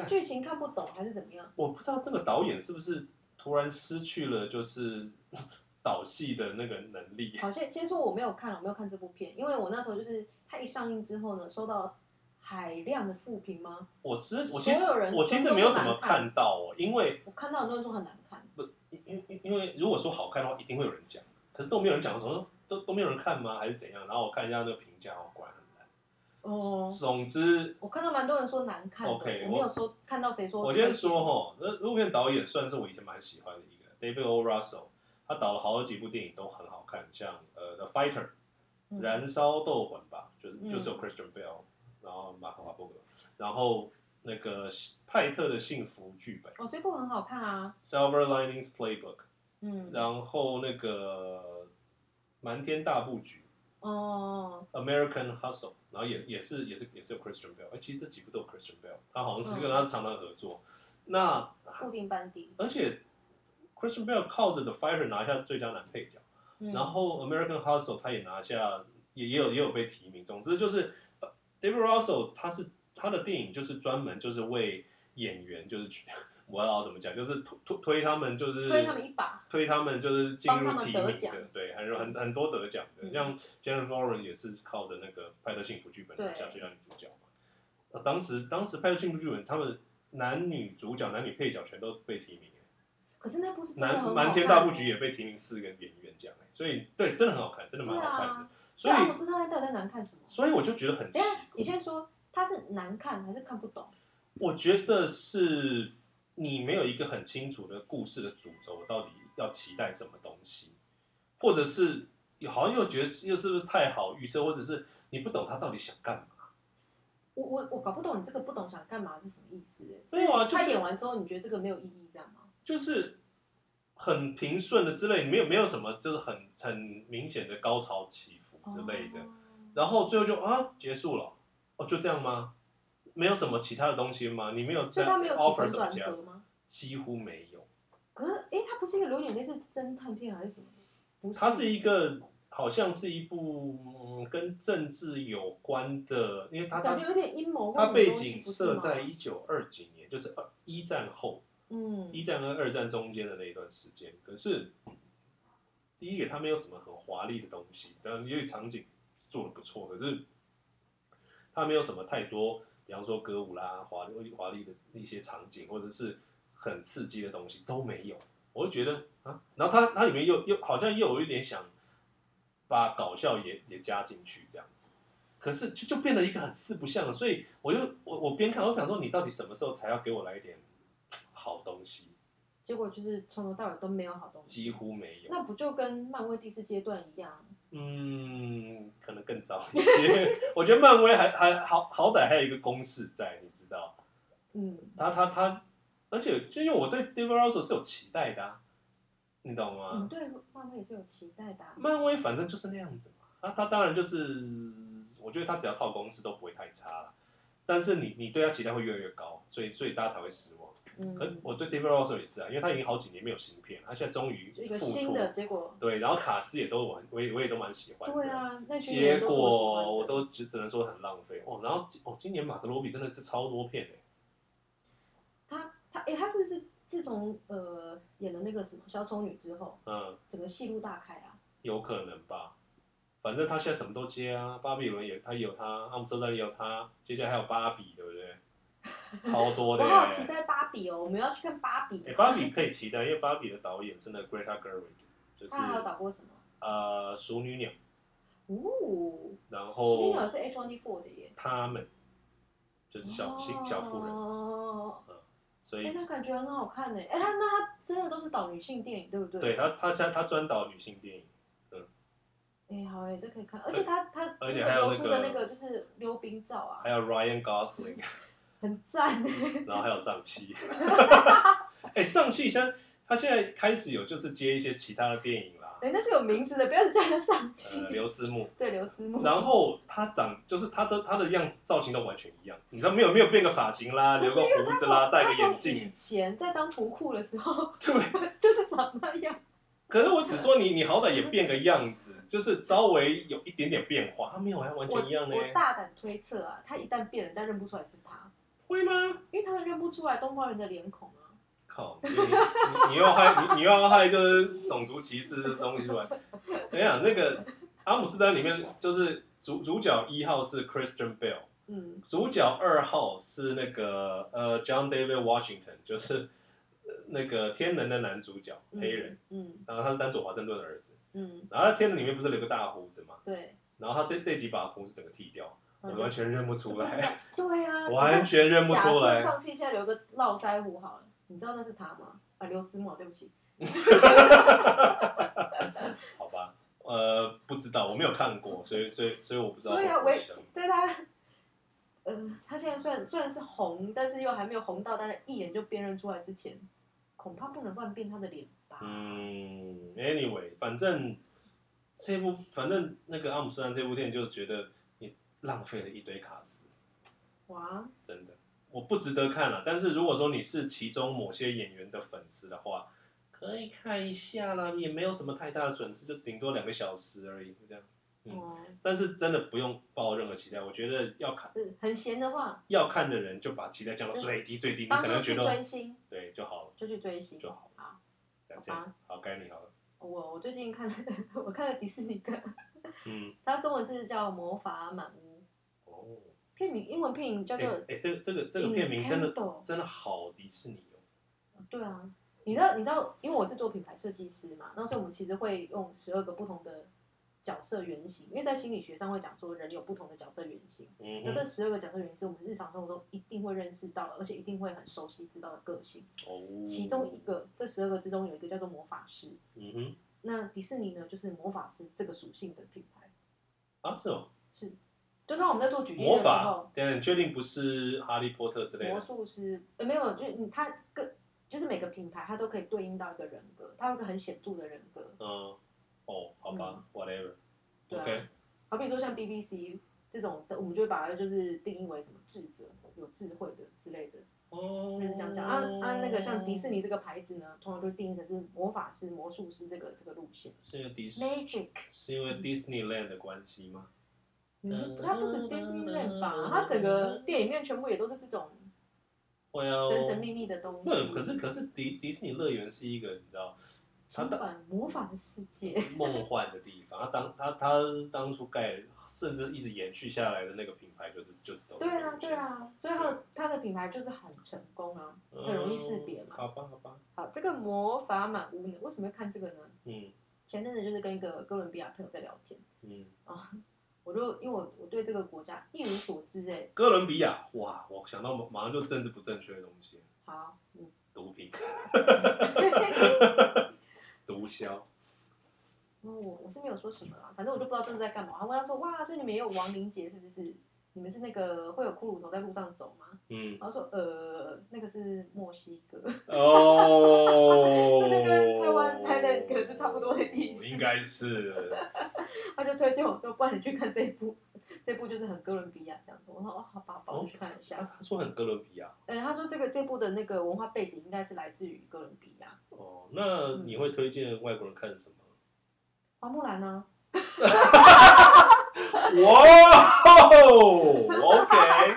S1: 是剧情看不懂还是怎么样？
S2: 我不知道那个导演是不是突然失去了就是 导戏的那个能力。
S1: 好，先先说我没有看，我没有看这部片，因为我那时候就是它一上映之后呢，收到海量的负评吗？
S2: 我其实我其实
S1: 所有人
S2: 我其实没有什么看到哦，因为
S1: 我看到很多人说很难看，
S2: 因因因因为如果说好看的话，一定会有人讲，可是都没有人讲的时候，都都没有人看吗？还是怎样？然后我看一下那个评价，哦，果然很烂。
S1: 哦，
S2: 总之，
S1: 我看到蛮多人说难看的
S2: OK，
S1: 我没有说看到谁说。
S2: 我先说，哈，那陆片导演算是我以前蛮喜欢的一个，David O. Russell，他导了好几部电影都很好看，像呃《The Fighter》。
S1: 嗯
S2: 燃烧斗魂吧，就是
S1: 嗯
S2: 就是有 Christian Bale，、然后马克华伯格，然后那个派特的幸福剧本、
S1: 哦，这部很好看啊，
S2: Silver Linings Playbook》，
S1: 啊嗯，
S2: 然后那个《瞒天大布局
S1: 哦，》
S2: （American Hustle），然后也也是也是也是有 Christian Bale，哎，其实这几部都有 Christian Bale，他好像是跟
S1: 嗯
S2: 他常常合作。那
S1: 固定班底，
S2: 而且 Christian Bale 靠着《The Fighter》拿下最佳男配角。
S1: 嗯、
S2: 然后 American Hustle 他也拿下，也也有也有被提名。总之就是呃 David Russell 他是他的电影就是专门就是为演员就是去我要怎么讲，就是推推推他们就是
S1: 推他们一把，
S2: 推他们就是进入
S1: 帮他
S2: 提名
S1: 们得
S2: 的
S1: 奖，
S2: 对，还有很很多得奖的，
S1: 嗯
S2: 像 Jennifer Lawrence 也是靠着那个《派特幸福剧本》
S1: 对
S2: 拿下最佳女主角嘛。呃，当时当时《派特幸福剧本》他们男女主角、男女配角全都被提名，
S1: 可是那部是真的很
S2: 南
S1: 好看啊
S2: 瞒天大布局也被提名四个演员奖、欸，所以对，真的很好看，真的蛮好看
S1: 啊
S2: 的。所
S1: 所以阿姆
S2: 以，
S1: 斯特丹到底在难看什么？
S2: 所以我就觉得很奇
S1: 等一下哎你
S2: 怪。
S1: 先说，他是难看还是看不懂？
S2: 我觉得是你没有一个很清楚的故事的主轴，到底要期待什么东西，或者是好像又觉得又是不是太好预测，或者是你不懂他到底想干嘛。
S1: 我我我搞不懂你这个不懂想干嘛是什么意思？欸
S2: 没有啊就是
S1: 他演完之后你觉得这个没有意义，这样吗？
S2: 就是很平顺的之类，没有没有什么就是很很明显的高潮起伏之类的。
S1: 哦
S2: 然后最后就啊结束了，哦就这样吗？没有什么其他的东西吗？你没有
S1: 所
S2: 在
S1: 以他没有起
S2: offer
S1: 承
S2: 什么
S1: 转
S2: 其他的？
S1: 合吗？
S2: 几乎没有。
S1: 可是，哎，它不是一个有点类似侦探片还是什么？不是，
S2: 它是一个好像是一部、嗯跟政治有关的，因为它
S1: 感觉
S2: 它
S1: 有点阴谋或什
S2: 它
S1: 么东西。
S2: 背景设
S1: 不是吗
S2: 在一九二几年，就是二一战后，
S1: 嗯
S2: 一战跟二战中间的那一段时间。可是第一个它没有什么很华丽的东西，但因为场景做的不错，可是它没有什么太多，比方说歌舞啦、华丽华丽的一些场景，或者是很刺激的东西都没有。我就觉得啊，然后它它里面又又好像又有一点想把搞笑也也加进去这样子，可是就就变得一个很四不像了。所以我就我我边看我想说，你到底什么时候才要给我来一点嘖好东西？
S1: 结果就是从头到尾都没有好东西。
S2: 几乎没有。
S1: 那不就跟漫威第四阶段一样？
S2: 嗯，可能更早一些。 我觉得漫威还还好好歹还有一个公式在，你知道。
S1: 嗯，
S2: 他他他，而且就因为我对 David Russell 是有期待的、啊，你懂
S1: 你
S2: 吗？
S1: 嗯对漫威也是有期待的啊、
S2: 漫威反正就是那样子嘛，他他当然就是，我觉得他只要套公式都不会太差了，但是你你对他期待会越来越高，所以所以大家才会失望。可
S1: 嗯，
S2: 我对 David Russell 也是啊，因为他已经好几年没有新片，他现在终于
S1: 就一
S2: 复
S1: 个
S2: 出
S1: 新，的结果。
S2: 对，然后卡斯也都我很我也我也都蛮喜欢的，
S1: 对啊，那群
S2: 结
S1: 人都是
S2: 果我
S1: 我喜欢的。
S2: 都只只能说很浪费哦。然后哦，今年马格罗比真的是超多片哎、
S1: 他他哎，他是不是自从呃演了那个什么小丑女之后，
S2: 嗯，
S1: 整个戏路大开啊？
S2: 有可能吧。反正他现在什么都接啊，巴比伦也他也有他，阿姆斯特丹也有他，接下来还有芭比，对不对？超多
S1: 我
S2: 的、
S1: 好期
S2: 欸。
S1: 待芭比哦，我们要去看芭比。
S2: 哎，芭比可以期待，因为芭比的导演是那个 Greta Gerwig，就是
S1: 他还有导过什么？
S2: 呃《熟女鸟》，
S1: 哦，
S2: 然
S1: 徐
S2: 后
S1: 鸟是 A twenty four 的耶，
S2: 他们就是小新小妇人，
S1: 哦，
S2: 所
S1: 哎
S2: 以，
S1: 那感觉很好看呢。哎，他那他真的都是导女性电影，对不对？
S2: 对。他他他他专导女性电影，
S1: 哎，好哎，这可以看，而且他他
S2: 而
S1: 那
S2: 且还
S1: 个
S2: 有
S1: 流出的
S2: 那
S1: 那
S2: 个
S1: 个就是溜冰照啊
S2: 还，有 Ryan Gosling。
S1: 很赞。欸
S2: 然后还有上汽， 哎、上汽现在他现在开始有就是接一些其他的电影啦，
S1: 人哎家是有名字的，不要只叫他上期。
S2: 呃，刘思慕，
S1: 对，刘思慕。
S2: 然后他长就是他的他的样子造型都完全一样，你知道没有没有变个发型啦，
S1: 不
S2: 留
S1: 是
S2: 个
S1: 因为
S2: 胡
S1: 他
S2: 子
S1: 从
S2: 啦，戴
S1: 他
S2: 个眼
S1: 从以
S2: 镜，
S1: 前在当图库的时候，
S2: 对。
S1: 就是长那样。
S2: 可是我只说你，你好歹也变个样子，就是稍微有一点点变化，他没有，还完
S1: 我
S2: 全一样呢、欸
S1: 我大胆推测啊，他一旦变，人家认不出来是他，
S2: 会吗？
S1: 因为他们认不出来东方人的脸孔啊。
S2: 靠，你你你又要害你你又要害就是种族歧视的东西出来。等一下，那个阿姆斯丹里面就是主主角一号是 Christian Bale，
S1: 嗯，
S2: 主角二号是那个呃 John David Washington，就是呃那个天能的男主角
S1: 嗯
S2: 黑人，。
S1: 嗯
S2: 然后他是丹佐华盛顿的儿子，
S1: 嗯，
S2: 然后他天能里面不是留个大胡子嘛，
S1: 对。
S2: 然后他这这集把胡子整个剃掉，我
S1: 嗯
S2: 完全认不
S1: 不
S2: 出
S1: 知道
S2: 来，
S1: 对 啊，
S2: 完全认不出
S1: 假设
S2: 来。
S1: 上期现在留个络腮胡好了，你知道那是他吗？啊，刘思慕，对不起。
S2: 好吧，呃，不知道，我没有看过，所以所以所以我不知道
S1: 所
S2: 会
S1: 以啊，
S2: 不
S1: 我
S2: 会
S1: 也
S2: 香。
S1: 在他。呃，他现在虽然虽然是红，但是又还没有红到大家一眼就辨认出来之前，恐怕不能乱变他的脸。吧？
S2: 嗯，anyway，反正这部反正那个阿姆斯特丹这部电影就觉得你浪费了一堆卡司，
S1: 哇，
S2: 真的，我不值得看了。但是如果说你是其中某些演员的粉丝的话，可以看一下啦，也没有什么太大的损失，就顶多两个小时而已，就这样。嗯
S1: 哦，
S2: 但是真的不用抱任何期待，我觉得要看
S1: 嗯，很闲的话，
S2: 要看的人就把期待降到最低最低，你
S1: 帮
S2: 可
S1: 助
S2: 能
S1: 去
S2: 觉
S1: 追
S2: 得
S1: 星，
S2: 对就好了，
S1: 就去追星
S2: 就好了。
S1: 好，
S2: 这
S1: 好
S2: 样
S1: 吧
S2: 好，该你好了。
S1: 我我最近看了， 我看了迪士尼的，
S2: 嗯，
S1: 它中文是叫《魔法满屋》，
S2: 哦，
S1: 片名英文片名叫
S2: 哎
S1: 做
S2: 哎，这个这个这个片名真的
S1: Encanto
S2: 真的好迪士尼哦。
S1: 对啊，你知道，你知道，因为我是做品牌设计师嘛，那时候我们其实会用十二个不同的角色原型，因为在心理学上会讲说人有不同的角色原型。
S2: 嗯
S1: 那这
S2: 哼，
S1: 十二个角色原型，我们日常生活中一定会认识到，而且一定会很熟悉知道的个性。
S2: 哦，
S1: 其中一，个，这十二个之中有一个叫做魔法师。
S2: 嗯哼，
S1: 那迪士尼呢，就是魔法师这个属性的品牌，
S2: 啊是哦，
S1: 是。就当我们在做举例
S2: 魔
S1: 的时
S2: 法
S1: 候，，
S2: 等等，你确定不是哈利波特之类
S1: 魔
S2: 的？
S1: 术师呃没有，就是你他个就是每个品牌它都可以对应到一个人格，它有一个很显著的人格。
S2: 嗯，哦，好吧，whatever。
S1: 嗯对啊
S2: OK，
S1: 好比说像 BBC 这种的，我们就会把它就是定义为什么智者、有智慧的之类的，
S2: 哦，
S1: 类似这样讲。啊啊，那个像迪士尼这个牌子呢，通常就定义成是魔法师、魔术师这个这个路线
S2: 是因为迪士
S1: ，Magic。
S2: 是因为 Disneyland 的关系吗？
S1: 嗯，它不止 Disneyland 吧，它整个店里面全部也都是这种
S2: 会啊，
S1: 神神秘秘的东西。
S2: 那可是可是迪迪士尼乐园是一个你知道，它
S1: 充
S2: 当
S1: 满魔法的世界，
S2: 梦幻的地方，它 啊当它它当初盖，甚至一直延续下来的那个品牌就是就是走这
S1: 对
S2: 个
S1: 啊
S2: 路线
S1: 对，啊，所以它的它的品牌就是很成功啊，
S2: 嗯
S1: 很容易识别嘛
S2: 好吧好吧，
S1: 好，这个魔法满屋呢，为什么要看这个呢？
S2: 嗯
S1: 前阵子就是跟一个哥伦比亚朋友在聊天，
S2: 嗯，
S1: 我就因为我我对这个国家一无所知哎、
S2: 哥伦比亚，哇，我想到马马上就政治不正确的东西，
S1: 好，嗯，
S2: 毒品、
S1: 然
S2: 毒枭，
S1: 后我我是没有说什么啦，反正我就不知道这是在干嘛。他问他说，哇，所以你们也有亡灵节是不是？你们是那个会有骷髅头在路上走吗？
S2: 嗯
S1: 然后说，呃，那个是墨西哥，，
S2: 哦
S1: 这就跟台湾台南可能是差不多的意思
S2: 应该是，
S1: 他就推荐我说，不然你去看这一部，这部就是很哥伦比亚这样子。我说，哦，好吧，好吧，我去看一
S2: 他
S1: 下。
S2: 他说很哥伦比亚，
S1: 呃，他说这个这部的那个文化背景应该是来自于哥伦比亚，
S2: 哦，那
S1: 嗯
S2: 你会推荐外国人看什么？
S1: 花木兰呢、
S2: 哇哦，OK，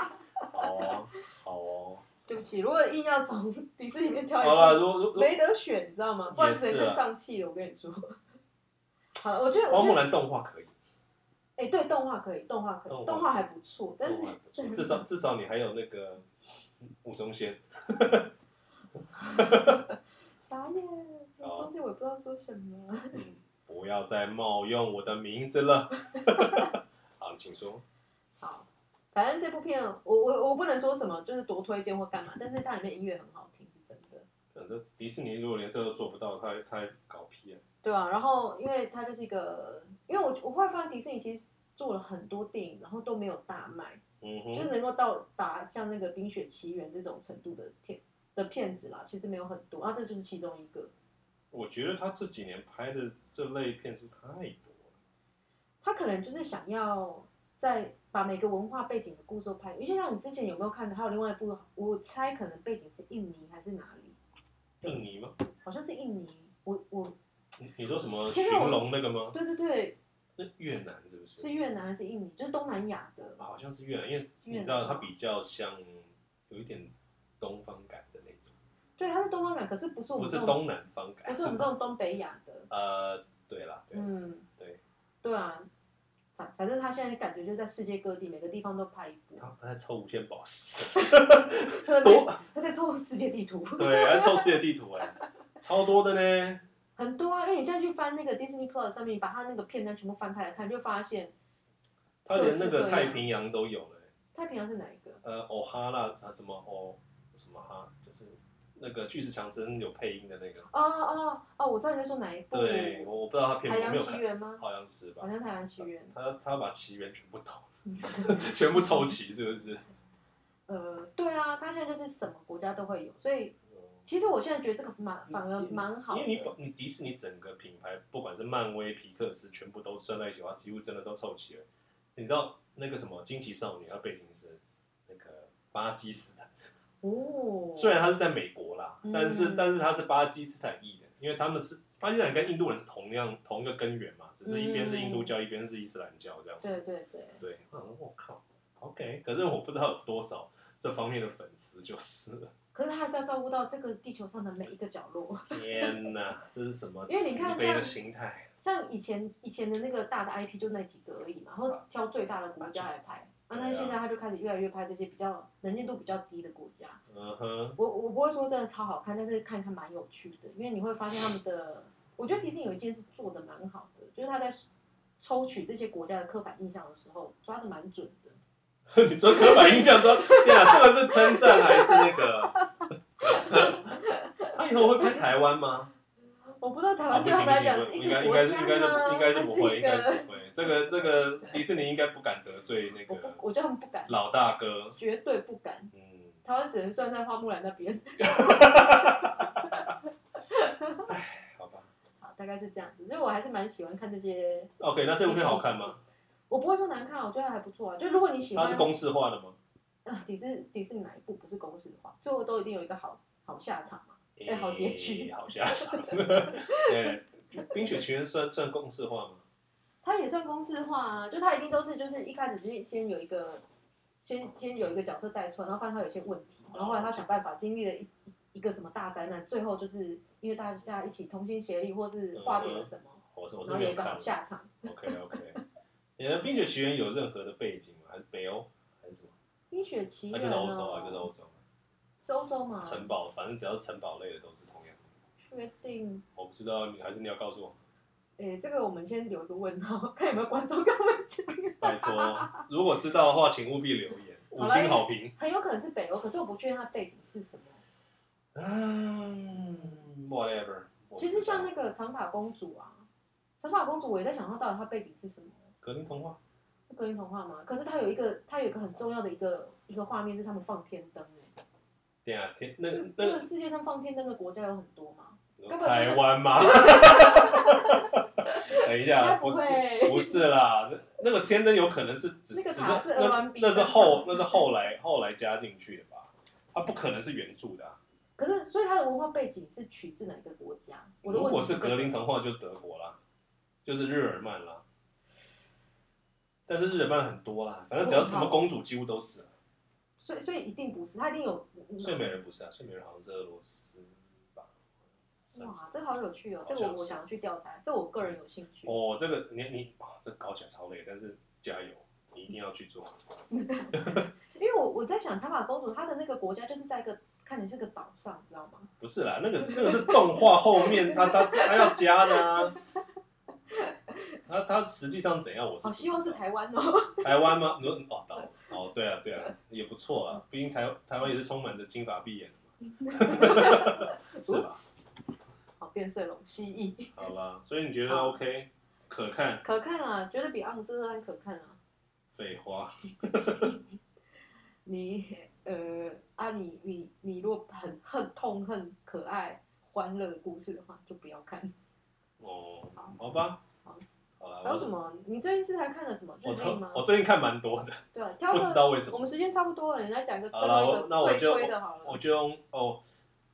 S2: 好哦，好哦，
S1: 对不起，如果硬要从迪士尼里面挑一部，
S2: 好了，如果如果
S1: 没得选，你知道吗？不然
S2: 也是啊
S1: 只能更上气了。我跟你说， 好，我觉得
S2: 花
S1: 我觉
S2: 木
S1: 得，
S2: 兰动画可以，
S1: 哎、对，动画可以，动画可
S2: 动画
S1: 以，动画还不错，但是
S2: 动画不错至少至少你还有那个吴宗宪，
S1: 傻眼，这
S2: 好
S1: 东西我也不知道说什么。
S2: 嗯，不要再冒用我的名字了。 好，请说。
S1: 好，反正这部片我我我不能说什么，就是多推荐或干嘛，但是它里面音乐很好听，是真的。
S2: 反正迪士尼如果连这都做不到，他还他还搞屁啊！
S1: 对啊，然后因为它就是一个，因为我我会发现迪士尼其实做了很多电影，然后都没有大卖，
S2: 嗯
S1: 就是
S2: 哼，
S1: 能够到达像那个《冰雪奇缘》这种程度的片的片子啦，其实没有很多，啊，这就是其中一个。
S2: 我觉得他这几年拍的这类片是太多了。
S1: 他可能就是想要在把每个文化背景的故事都拍，因为就像你之前有没有看的，还有另外一部，我猜可能背景是印尼还是哪里，
S2: 印尼吗？
S1: 好像是印尼。我我
S2: 你你说什么寻
S1: 天哪我
S2: 龙那个吗？
S1: 对对对，
S2: 那越南是不是？
S1: 是越南还是印尼？就是东南亚的。
S2: 好像是越南，因为你
S1: 越南
S2: 知道它比较像有一点东方感的那种，
S1: 对，它是东南亚，可是不是我
S2: 不
S1: 们这
S2: 是
S1: 种，
S2: 东南方感。
S1: 不是我们这种东北亚的。
S2: 呃，对啦，对啦，
S1: 嗯，
S2: 对，
S1: 对啊，反反正他现在感觉就在世界各地，每个地方都拍一部，
S2: 他他在抽无限宝石，
S1: 他
S2: 多
S1: 在他在做世界地图，
S2: 对，还抽世界地图哎、超多的呢。
S1: 很多啊。因为你现在去翻那个 Disney Plus 上面，把他那个片单全部翻开来看，就发现
S2: 他连那
S1: 各式各
S2: 个
S1: 样
S2: 太平洋都有了、欸，
S1: 太平洋是哪一个？
S2: 呃，哦哈啦啥什么哦什么哈，就是那个巨石强森有配音的那个，
S1: 哦哦哦，我知道你在说哪一部，
S2: 对，我我不知道他片
S1: 海
S2: 名我
S1: 洋
S2: 没有
S1: 奇
S2: 看，
S1: 缘吗？
S2: 好像是
S1: 好
S2: 吧？
S1: 像太阳奇缘，
S2: 他他把奇缘全部都 全部 凑齐，是不是？
S1: 呃，对啊，他现在就是什么国家都会有，所以
S2: 嗯
S1: 其实我现在觉得这个蛮反
S2: 因
S1: 而
S2: 为
S1: 蛮好
S2: 因
S1: 的
S2: 为，你把你迪士尼整个品牌，不管是漫威、皮克斯，全部都算在一起的话，几乎真的都凑齐了。你知道那个什么惊奇少女，它背景是那个巴基斯坦，
S1: 哦，
S2: 虽然它是在美国啦，
S1: 嗯
S2: 但是但是它是巴基斯坦裔的，因为他们是巴基斯坦跟印度人是同样同一个根源嘛，只是一边是印度教，一边是伊斯兰教这样子。
S1: 对对嗯对，
S2: 对，嗯，我靠，OK，可是我不知道有多少这方面的粉丝就是 了。
S1: 可是他还是要照顾到这个地球上的每一个角落。
S2: 天哪，这是什么
S1: 因为你
S2: 慈
S1: 看
S2: 悲的
S1: 像
S2: 心态？
S1: 像以前以前的那个大的 IP 就那几个而已嘛，然后
S2: 啊
S1: 挑最大的国家来拍。啊，但是现在他就开始越来越拍这些比较能见度比较低的国家。
S2: 嗯哼，
S1: 我我不会说真的超好看，但是看看蛮有趣的，因为你会发现他们的，我觉得迪士尼有一件事做的蛮好的，就是他在抽取这些国家的刻板印象的时候抓的蛮准的。
S2: 你说刻板印象中，天 哪，这个是称赞还是那个？ 他以后会拍台湾吗？
S1: 我不知道台
S2: 啊，
S1: 湾
S2: 不
S1: 对他
S2: 行
S1: 们来讲
S2: 不
S1: 一
S2: 行，应
S1: 个
S2: 该应
S1: 国
S2: 该是
S1: 家
S2: 应该是
S1: 呢，
S2: 应该是
S1: 还
S2: 不会，
S1: 一
S2: 应 该是
S1: 个？
S2: 不会。这个这个迪士尼应该不敢得罪那
S1: 我不
S2: 个，
S1: 我觉得他们不敢，
S2: 老大哥。
S1: 绝对不敢。
S2: 嗯，
S1: 台湾只能算在花木兰那边。
S2: 好吧。
S1: 好，大概是这样子。所以我还是蛮喜欢看这些，
S2: OK，那这部片好看吗？
S1: 我不会说难看，我觉得还不错啊。就如果你喜
S2: 它是
S1: 欢，
S2: 公式化的吗？
S1: 啊，迪士迪士尼哪一部不是公式的话，最后都一定有一个好好下场嘛。哎好结局
S2: 诶好下 场。对，《冰雪奇缘》算算公式化吗？
S1: 它也算公式化啊，就它一定都是就是一开始就是先有一个，先先有一个角色带出来，然后发现他有一些问
S2: 哦
S1: 题，然后后来他想办法经历了一一个什么大灾难，最后就是因为大家一起同心协力或是化解了什么，
S2: 我嗯是我
S1: 然
S2: 是
S1: 后
S2: 没
S1: 有
S2: 有
S1: 一个
S2: 看
S1: 好。下场。
S2: OK OK。你的《 冰雪奇缘》有任何的背景吗？还是北欧还是什么？
S1: 冰雪奇
S2: 那
S1: 缘
S2: 就是欧洲啊，就是
S1: 哦，
S2: 欧洲
S1: 是欧洲嘛？
S2: 城堡，反正只要城堡类的都是同样的。
S1: 确定？
S2: 我不知道，你还是你要告诉我。
S1: 诶，这个我们先留一个问号， 看有没有观众跟我们讲。
S2: 拜托，如果知道的话，请务必留言，五星好评。
S1: 很有可能是北欧，可是我不确定它背景是什么。
S2: 嗯，whatever 我不知道。
S1: 其实像那个长发公主啊，长发公主，我也在想它到底它背景是什么。
S2: 格林童话，
S1: 是格林童话吗？可是它有一个，它有一个很重要的一个一个画面是他们放天灯哎、
S2: 对啊，天，那
S1: 这
S2: 个
S1: 个
S2: 那
S1: 这
S2: 个
S1: 个世界上放天灯的国家有很多嘛？根本就是
S2: 台湾吗？ 等一
S1: 应
S2: 下，
S1: 该不
S2: 啊不是
S1: 会
S2: 不是啦，那那个天灯有可能是只
S1: 那个
S2: 只是
S1: 塔是鹅
S2: 那
S1: 銮鼻
S2: 那是
S1: 灯
S2: 后
S1: 塔
S2: 那是后来后来加进去的吧？它不可能是原著的啊、
S1: 可是所以它的文化背景是取自哪一个国家？我的
S2: 如
S1: 问
S2: 果
S1: 题
S2: 是
S1: 这
S2: 格林
S1: 个
S2: 童话，就是德国啦，就是日耳曼啦。但是日耳曼很多啦，反正只要是什么公主几乎都是啊、
S1: 所以所以一定不是，它一定有。
S2: 睡美人不是啊，睡美人好像是俄罗斯吧？算是
S1: 哇，这个好有趣哦！这个
S2: 好像
S1: 我
S2: 是
S1: 我想要去调查，这我个人有兴趣。
S2: 哦，这个你你啊，这个搞起来超累，但是加油，你一定要去做。
S1: 因为我我在想，长发公主她的那个国家就是在一个看起来是个岛上，你知道吗？
S2: 不是啦， 那个那个是动画后面他他他要加的啊。他他实际上怎样？我是不
S1: 好哦希望
S2: 知
S1: 是
S2: 道
S1: 台湾哦。
S2: 台湾 吗？你说哦，岛哦，对啊对啊，也不错
S1: 嗯
S2: 啊，毕竟台台湾也是充满着金发碧眼的 嘛，是吧？
S1: 好，变色龙蜥蜴
S2: 好啦，所以你觉得
S1: 好
S2: OK 可看？
S1: 可看啊，觉得比《昂之安可看啊。
S2: 废话，
S1: 你呃啊你你你若很恨痛恨可爱欢乐的故事的话，就不要看。
S2: 哦
S1: 好，
S2: 好吧
S1: 好，
S2: 好啦，
S1: 还有什么？你最近是还看了什么日
S2: 我
S1: 历吗
S2: 我？最近看蛮多的，
S1: 对啊，挑
S2: 不知
S1: 个
S2: 道为什么
S1: 我。们时间差不多了，你来讲个最
S2: 好啦
S1: 后一
S2: 我那我
S1: 个最
S2: 就
S1: 推的好
S2: 我
S1: 了。
S2: 就用哦，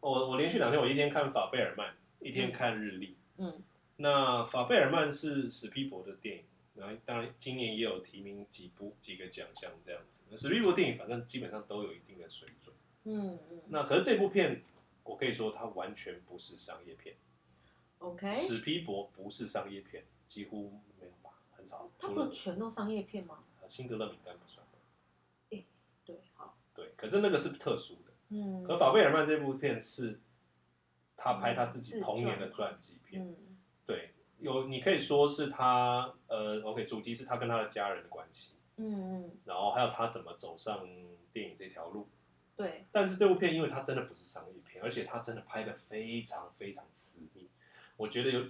S2: 我我连续两天，我一天看法贝尔曼，一天看日历。
S1: 嗯，
S2: 那法贝尔曼是史皮博的电影，然后当然今年也有提名几部几个奖项这样子。那史皮博电影反正基本上都有一定的水准。
S1: 嗯嗯
S2: 那可是这部片，我可以说它完全不是商业片，
S1: ，OK。
S2: 史皮博不是商业片，几乎没有吧，很少。
S1: 它
S2: 除
S1: 不
S2: 了
S1: 是全都商业片吗？
S2: 呃辛德勒名单不算，
S1: 对，好，
S2: 对，可是那个是特殊的。
S1: 嗯
S2: 可法贝尔曼这部片是他拍他自己童年的传记片，
S1: 嗯
S2: 对，有你可以说是他呃，OK，主题是他跟他的家人的关系，
S1: 嗯嗯，
S2: 然后还有他怎么走上电影这条路。
S1: 对，
S2: 但是这部片因为它真的不是商业片，而且它真的拍的非常非常私密，我觉得有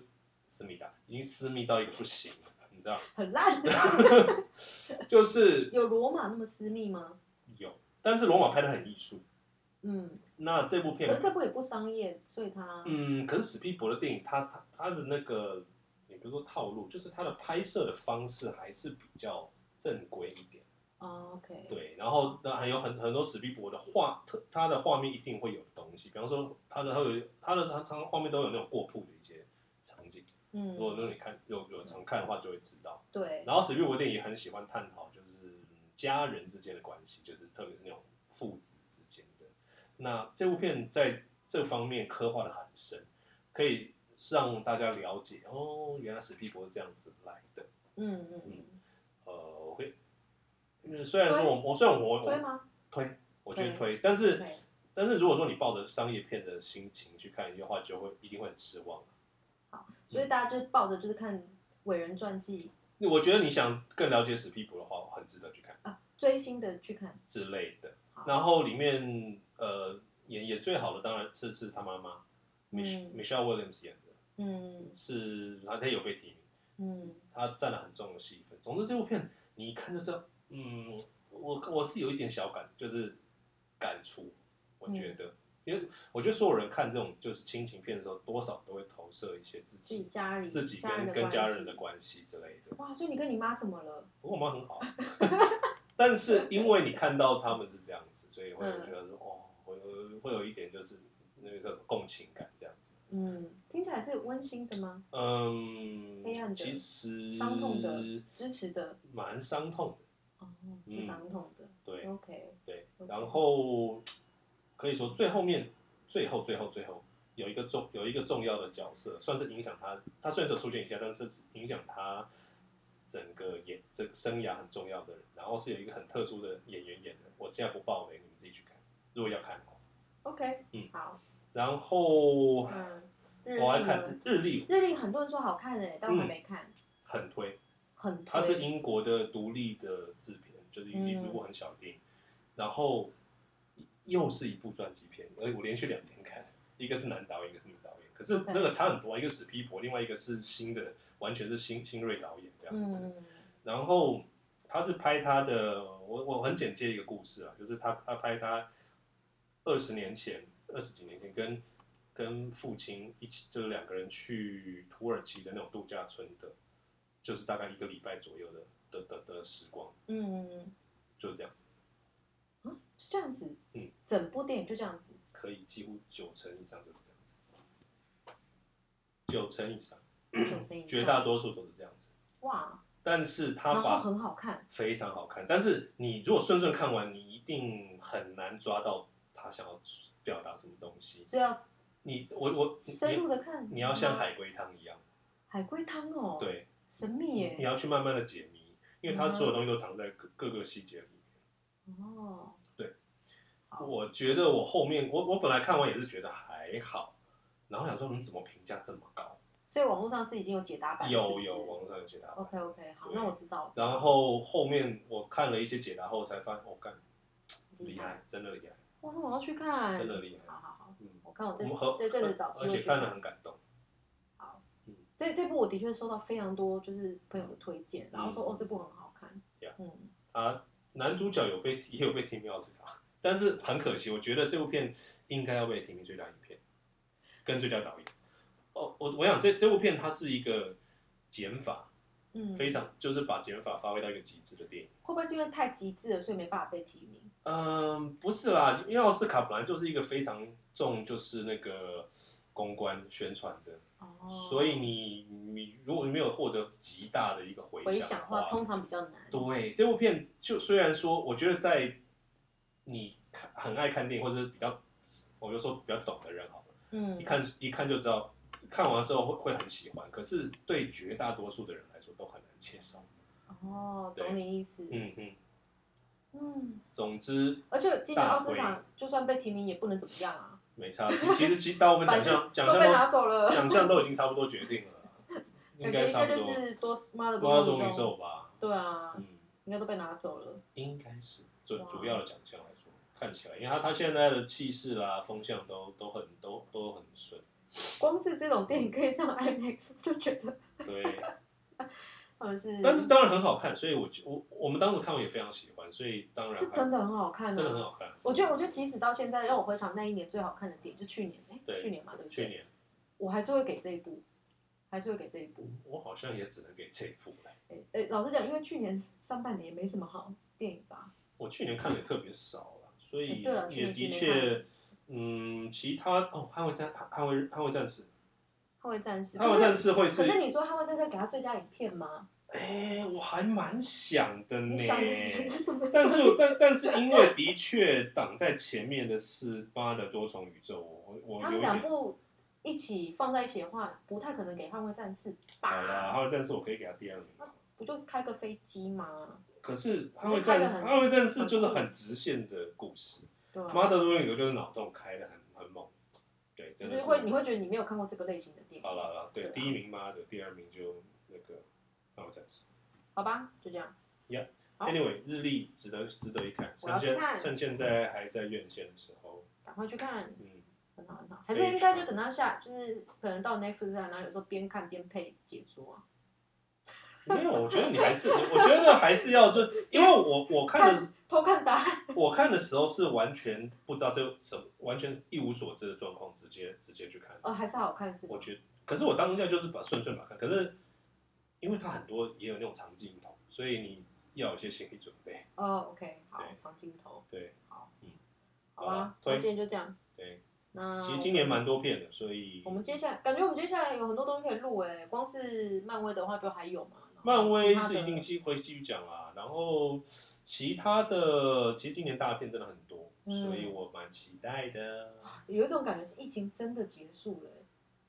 S2: 私密到已经私密到一个不行了，你知道，
S1: 很烂。
S2: 就是
S1: 有罗马那么私密吗？
S2: 有，但是罗马拍的很艺术，
S1: 嗯，
S2: 那这部
S1: 可是
S2: 片，
S1: 这部也不商业，所以它
S2: 嗯，可是史皮博的电影，他他他的那个也不是说套路，就是他的拍摄的方式还是比较正规一点。
S1: 哦 OK，
S2: 对，然后那还有很很多史皮博的画，特他的画面一定会有的东西，比方说他的他有他的他常常画面都有那种过曝的一些场景，如果
S1: 嗯，
S2: 那你看有有常看的话就会知道。
S1: 对，
S2: 然后史蒂文电影也很喜欢探讨，就是家人之间的关系，就是特别是那种父子之间的。那这部片在这方面刻画的很深，可以让大家了解哦，原来史蒂博是这样子来的。
S1: 嗯嗯嗯，
S2: 呃，我会，嗯，虽然说我我虽然我
S1: 推
S2: 我
S1: 吗？
S2: 推，我觉得
S1: 推
S2: 推，但是
S1: 对，
S2: 但是如果说你抱着商业片的心情去看的话，就会一定会很失望。
S1: 所以大家就抱着就是看伟人传记
S2: 我觉得你想更了解史蒂博的话，很值得去看。
S1: 啊，追星的去看，
S2: 之类的
S1: 好。
S2: 然后里面呃演演最好的当然是是他妈妈、Mich
S1: 嗯
S2: Michelle Williams 演的，
S1: 嗯
S2: 是她她有被提名，
S1: 嗯
S2: 她占了很重的戏份。总之这部片你一看就知道，嗯，我我是有一点小感，就是感触，我
S1: 嗯
S2: 觉得。因为我觉得所有人看这种就是亲情片的时候，多少都会投射一些自
S1: 自己
S2: 己、
S1: 家里
S2: 自己
S1: 家人
S2: 跟跟
S1: 的关
S2: 家
S1: 系
S2: 人的关系之类的。
S1: 哇，所以你跟你妈怎么了？
S2: 不过我妈很好，啊 但是因为你看到他们是这样子，所以会
S1: 嗯
S2: 觉得说、哦，会有会有一点就是那个叫什么共情感这样子。
S1: 嗯，听起来是温馨的吗？
S2: 嗯
S1: 黑暗，的
S2: 其实
S1: 伤痛的支持的，
S2: 蛮伤痛的，
S1: 哦，是伤痛的。
S2: 嗯对
S1: OK，
S2: 对。
S1: OK
S2: 然后可以说最后面最后最后最后有一个重有一个重要的角色，算是影响他，他虽然只有出现一下，但是影响他。整个演这个生涯很重要的人，然后是有一个很特殊的演员演的，我现在不爆雷，你们自己去看，如果要看的话。
S1: OK，
S2: 嗯
S1: 好，
S2: 然后
S1: 嗯，日
S2: 我还
S1: 历呢
S2: 看？日历，
S1: 日历很多人说好看诶，但我
S2: 嗯
S1: 还没看，
S2: 很推，
S1: 很
S2: 它是
S1: 推
S2: 英国的独立的制片，就是一
S1: 嗯
S2: 部很小的电影，然后又是一部传记片，而我连续两天看，一个是男导演，一个是女导演，可是
S1: OK
S2: 那个差很多啊，一个史皮博，另外一个是新的，完全是新新锐导演这样子，
S1: 嗯
S2: 然后他是拍他的，我我很简介一个故事啊，就是他他拍他二十年前、二十几年前跟跟父亲一起，就是两个人去土耳其的那种度假村的，就是大概一个礼拜左右的的的的时光，
S1: 嗯，
S2: 就是这样子，
S1: 啊，就这样子，
S2: 嗯，
S1: 整部电影就这 样子，
S2: 可以几乎九成以上就是这样子，九成以上，
S1: 九成以上
S2: 绝大多数都是这样子，
S1: 哇，
S2: 但是他
S1: 然后
S2: 把
S1: 很好看，
S2: 非常好看。但是你如果顺顺看完，你一定很难抓到他想要表达什么东西。
S1: 所以要
S2: 你我我
S1: 深入
S2: 你
S1: 的看，
S2: 你要像海龟汤一样，
S1: 海龟汤哦，，
S2: 对，
S1: 神秘
S2: 你
S1: 耶，
S2: 要去慢慢的解谜，因为它所有东西都藏在各各个细节里面。
S1: 哦，好
S2: 我觉得我后面我我本来看完也是觉得还好，然后想说嗯你怎么评价这么高？
S1: 所以网络上是已经有解答版了，
S2: 有有网
S1: 有
S2: 络上有解答版。
S1: ，OK OK，好，
S2: 对
S1: 那我知道了，
S2: 然后后面我看了一些解答后才发现，我、哦干厉
S1: 厉
S2: 害，真的厉害，
S1: 哇，那我要去看，
S2: 真的厉害
S1: 好。好好，
S2: 嗯，
S1: 我看我这
S2: 我们和
S1: 这阵子找机
S2: 而
S1: 会
S2: 且
S1: 去
S2: 看得
S1: 看。
S2: 很感动。
S1: 好
S2: 嗯，
S1: 这这部我的确收到非常多就是朋友的推荐，然后说哦这部很好看
S2: 嗯 Yeah，
S1: 嗯，
S2: 啊，男主角有被也有被提名奥斯卡，啊但是很可惜，我觉得这部片应该要被提名最佳影片跟最佳导演。哦，我我想这这部片它是一个减法，
S1: 嗯，
S2: 非常就是把减法发挥到一个极致的电影。
S1: 会不会是因为太极致了，所以没办法被提名？
S2: 嗯，不是啦，因为奥斯卡本来就是一个非常重就是那个公关宣传的，
S1: 哦，
S2: 所以你你如果你没有获得极大的一个回
S1: 回
S2: 响
S1: 想
S2: 的
S1: 的话，通常比较难。
S2: 对，这部片就虽然说，我觉得在你看很爱看电影或者比较，我就说比较懂的人好了，
S1: 嗯
S2: 一，看一看就知道，看完之后会会很喜欢，可是对绝大多数的人来说都很难接受。
S1: 哦，
S2: 对
S1: 懂你意思。
S2: 嗯嗯，
S1: 嗯，
S2: 总之
S1: 而且今年
S2: 大
S1: 奥斯卡就算被提名也不能怎么样啊，
S2: 没差。其其实其大部分奖 项奖
S1: 都被拿
S2: 项
S1: 走
S2: 都
S1: 了。
S2: 奖项都已经差不多决定了，应
S1: 感
S2: 该
S1: 觉应
S2: 差
S1: 该
S2: 不
S1: 就
S2: 多。
S1: 是多妈的
S2: 多
S1: 多
S2: 拉中宇
S1: 宇宙，
S2: 宙吧，
S1: 对啊，
S2: 嗯，
S1: 应该都被拿走了。
S2: 应该是主
S1: 哇
S2: 主要的奖项来说。看起来，因为他他现在的气势啦、风向都都很都都很顺，
S1: 光是这种电影可以上 IMAX，就觉得
S2: 对，
S1: 他们是，
S2: 但是当然很好看，所以我就我我们当时看完也非常喜欢，看，所以当然
S1: 是真的很好看
S2: 还
S1: 啊，
S2: 真的很好看。
S1: 我觉得，我觉得即使到现在，让我回想那一年最好看的电影，就去年，哎、
S2: 对
S1: 去年嘛，对不对？
S2: 去年
S1: 我还是会给这一部，还是会给这一部。
S2: 我好像也只能给这一部了。
S1: 哎、哎，老实讲，因为去年上半年也没什么好电影吧，
S2: 我去年看的也特别少了，所以
S1: 哎对了去
S2: 也
S1: 年
S2: 的
S1: 去年
S2: 确，嗯，其他哦，捍卫战，捍卫捍卫战士，
S1: 《捍卫战士》。
S2: 捍卫战士会
S1: 可是，可
S2: 是，
S1: 是你说《捍卫战士》给他最佳影片吗？
S2: 哎，我还蛮想的呢
S1: 你。想的是什么？
S2: 但是但但是因为的确挡在前面的是《妈的多重宇宙》，我 我
S1: 他
S2: 有
S1: 们两
S2: 点
S1: 部一起放在一起的话，不太可能给《捍卫战士》
S2: 好啦，《
S1: 吧？
S2: 捍卫战士》我可以给他第二名。
S1: 不就开个飞机吗？
S2: 可是《捍
S1: 所
S2: 卫
S1: 以
S2: 战
S1: 拍得》
S2: 《
S1: 很
S2: 捍卫战士》就是很直线的故事，
S1: 对
S2: 《
S1: 啊，
S2: 妈的多重宇宙》就是脑洞开的很很猛，对，
S1: 就
S2: 真的
S1: 是
S2: 是
S1: 会你会觉得你没有看过这个类型的电影，
S2: 好了好了，对，
S1: 对啊
S2: 第一名《妈的》，第二名就那个《捍卫战士》。
S1: 好吧？就这样。好
S2: Anyway，日历值得值得一看，
S1: 我要
S2: 趁
S1: 去
S2: 现
S1: 看
S2: 趁现在还在院线的时候，
S1: 赶快去看，
S2: 嗯，
S1: 很好很好，
S2: 非
S1: 还
S2: 常
S1: 是应该就等到下，就是可能到 Netflix 上，然后有时候边看边配解说啊。
S2: 没有，我觉得你还是，我觉得还是要就，因为我我看的
S1: 偷看答案，
S2: 我看的时候是完全不知道这什么，完全一无所知的状况，直接直接去看。
S1: 哦，还是好看是吧
S2: 我？觉得，可是我当下就是把顺顺把它看，可是因为它很多也有那种长镜头，所以你要有一些心理准备。
S1: 哦，OK，好
S2: 对，
S1: 长镜头，
S2: 对，嗯好
S1: 好吧
S2: 啊，
S1: 那
S2: 推
S1: 今天就这样。
S2: 对，
S1: 那
S2: 其实今年蛮多片的，所以
S1: 哦我们接下来感觉我们接下来有很多东西可以录诶，光是漫威的话就还有嘛。然后
S2: 漫
S1: 其
S2: 威
S1: 他
S2: 是
S1: 的
S2: 一定继会继续讲啦，然后其他的其实今年大片真的很多，
S1: 嗯
S2: 所以我蛮期待的。
S1: 有一种感觉是疫情真的结束了欸，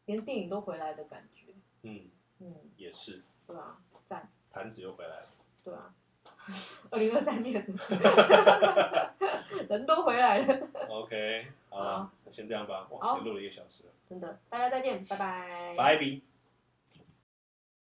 S1: 连电影都回来的感觉。
S2: 嗯，
S1: 嗯，
S2: 也是，
S1: 对啊，赞，
S2: 坛子又回来了。
S1: 对啊， 二零二三年， 人都回来了。
S2: OK，好啦
S1: 好，
S2: 那先这样吧，哇，
S1: 好
S2: 也录了一个小时了，
S1: 真的，大家再见，拜拜，
S2: 拜拜。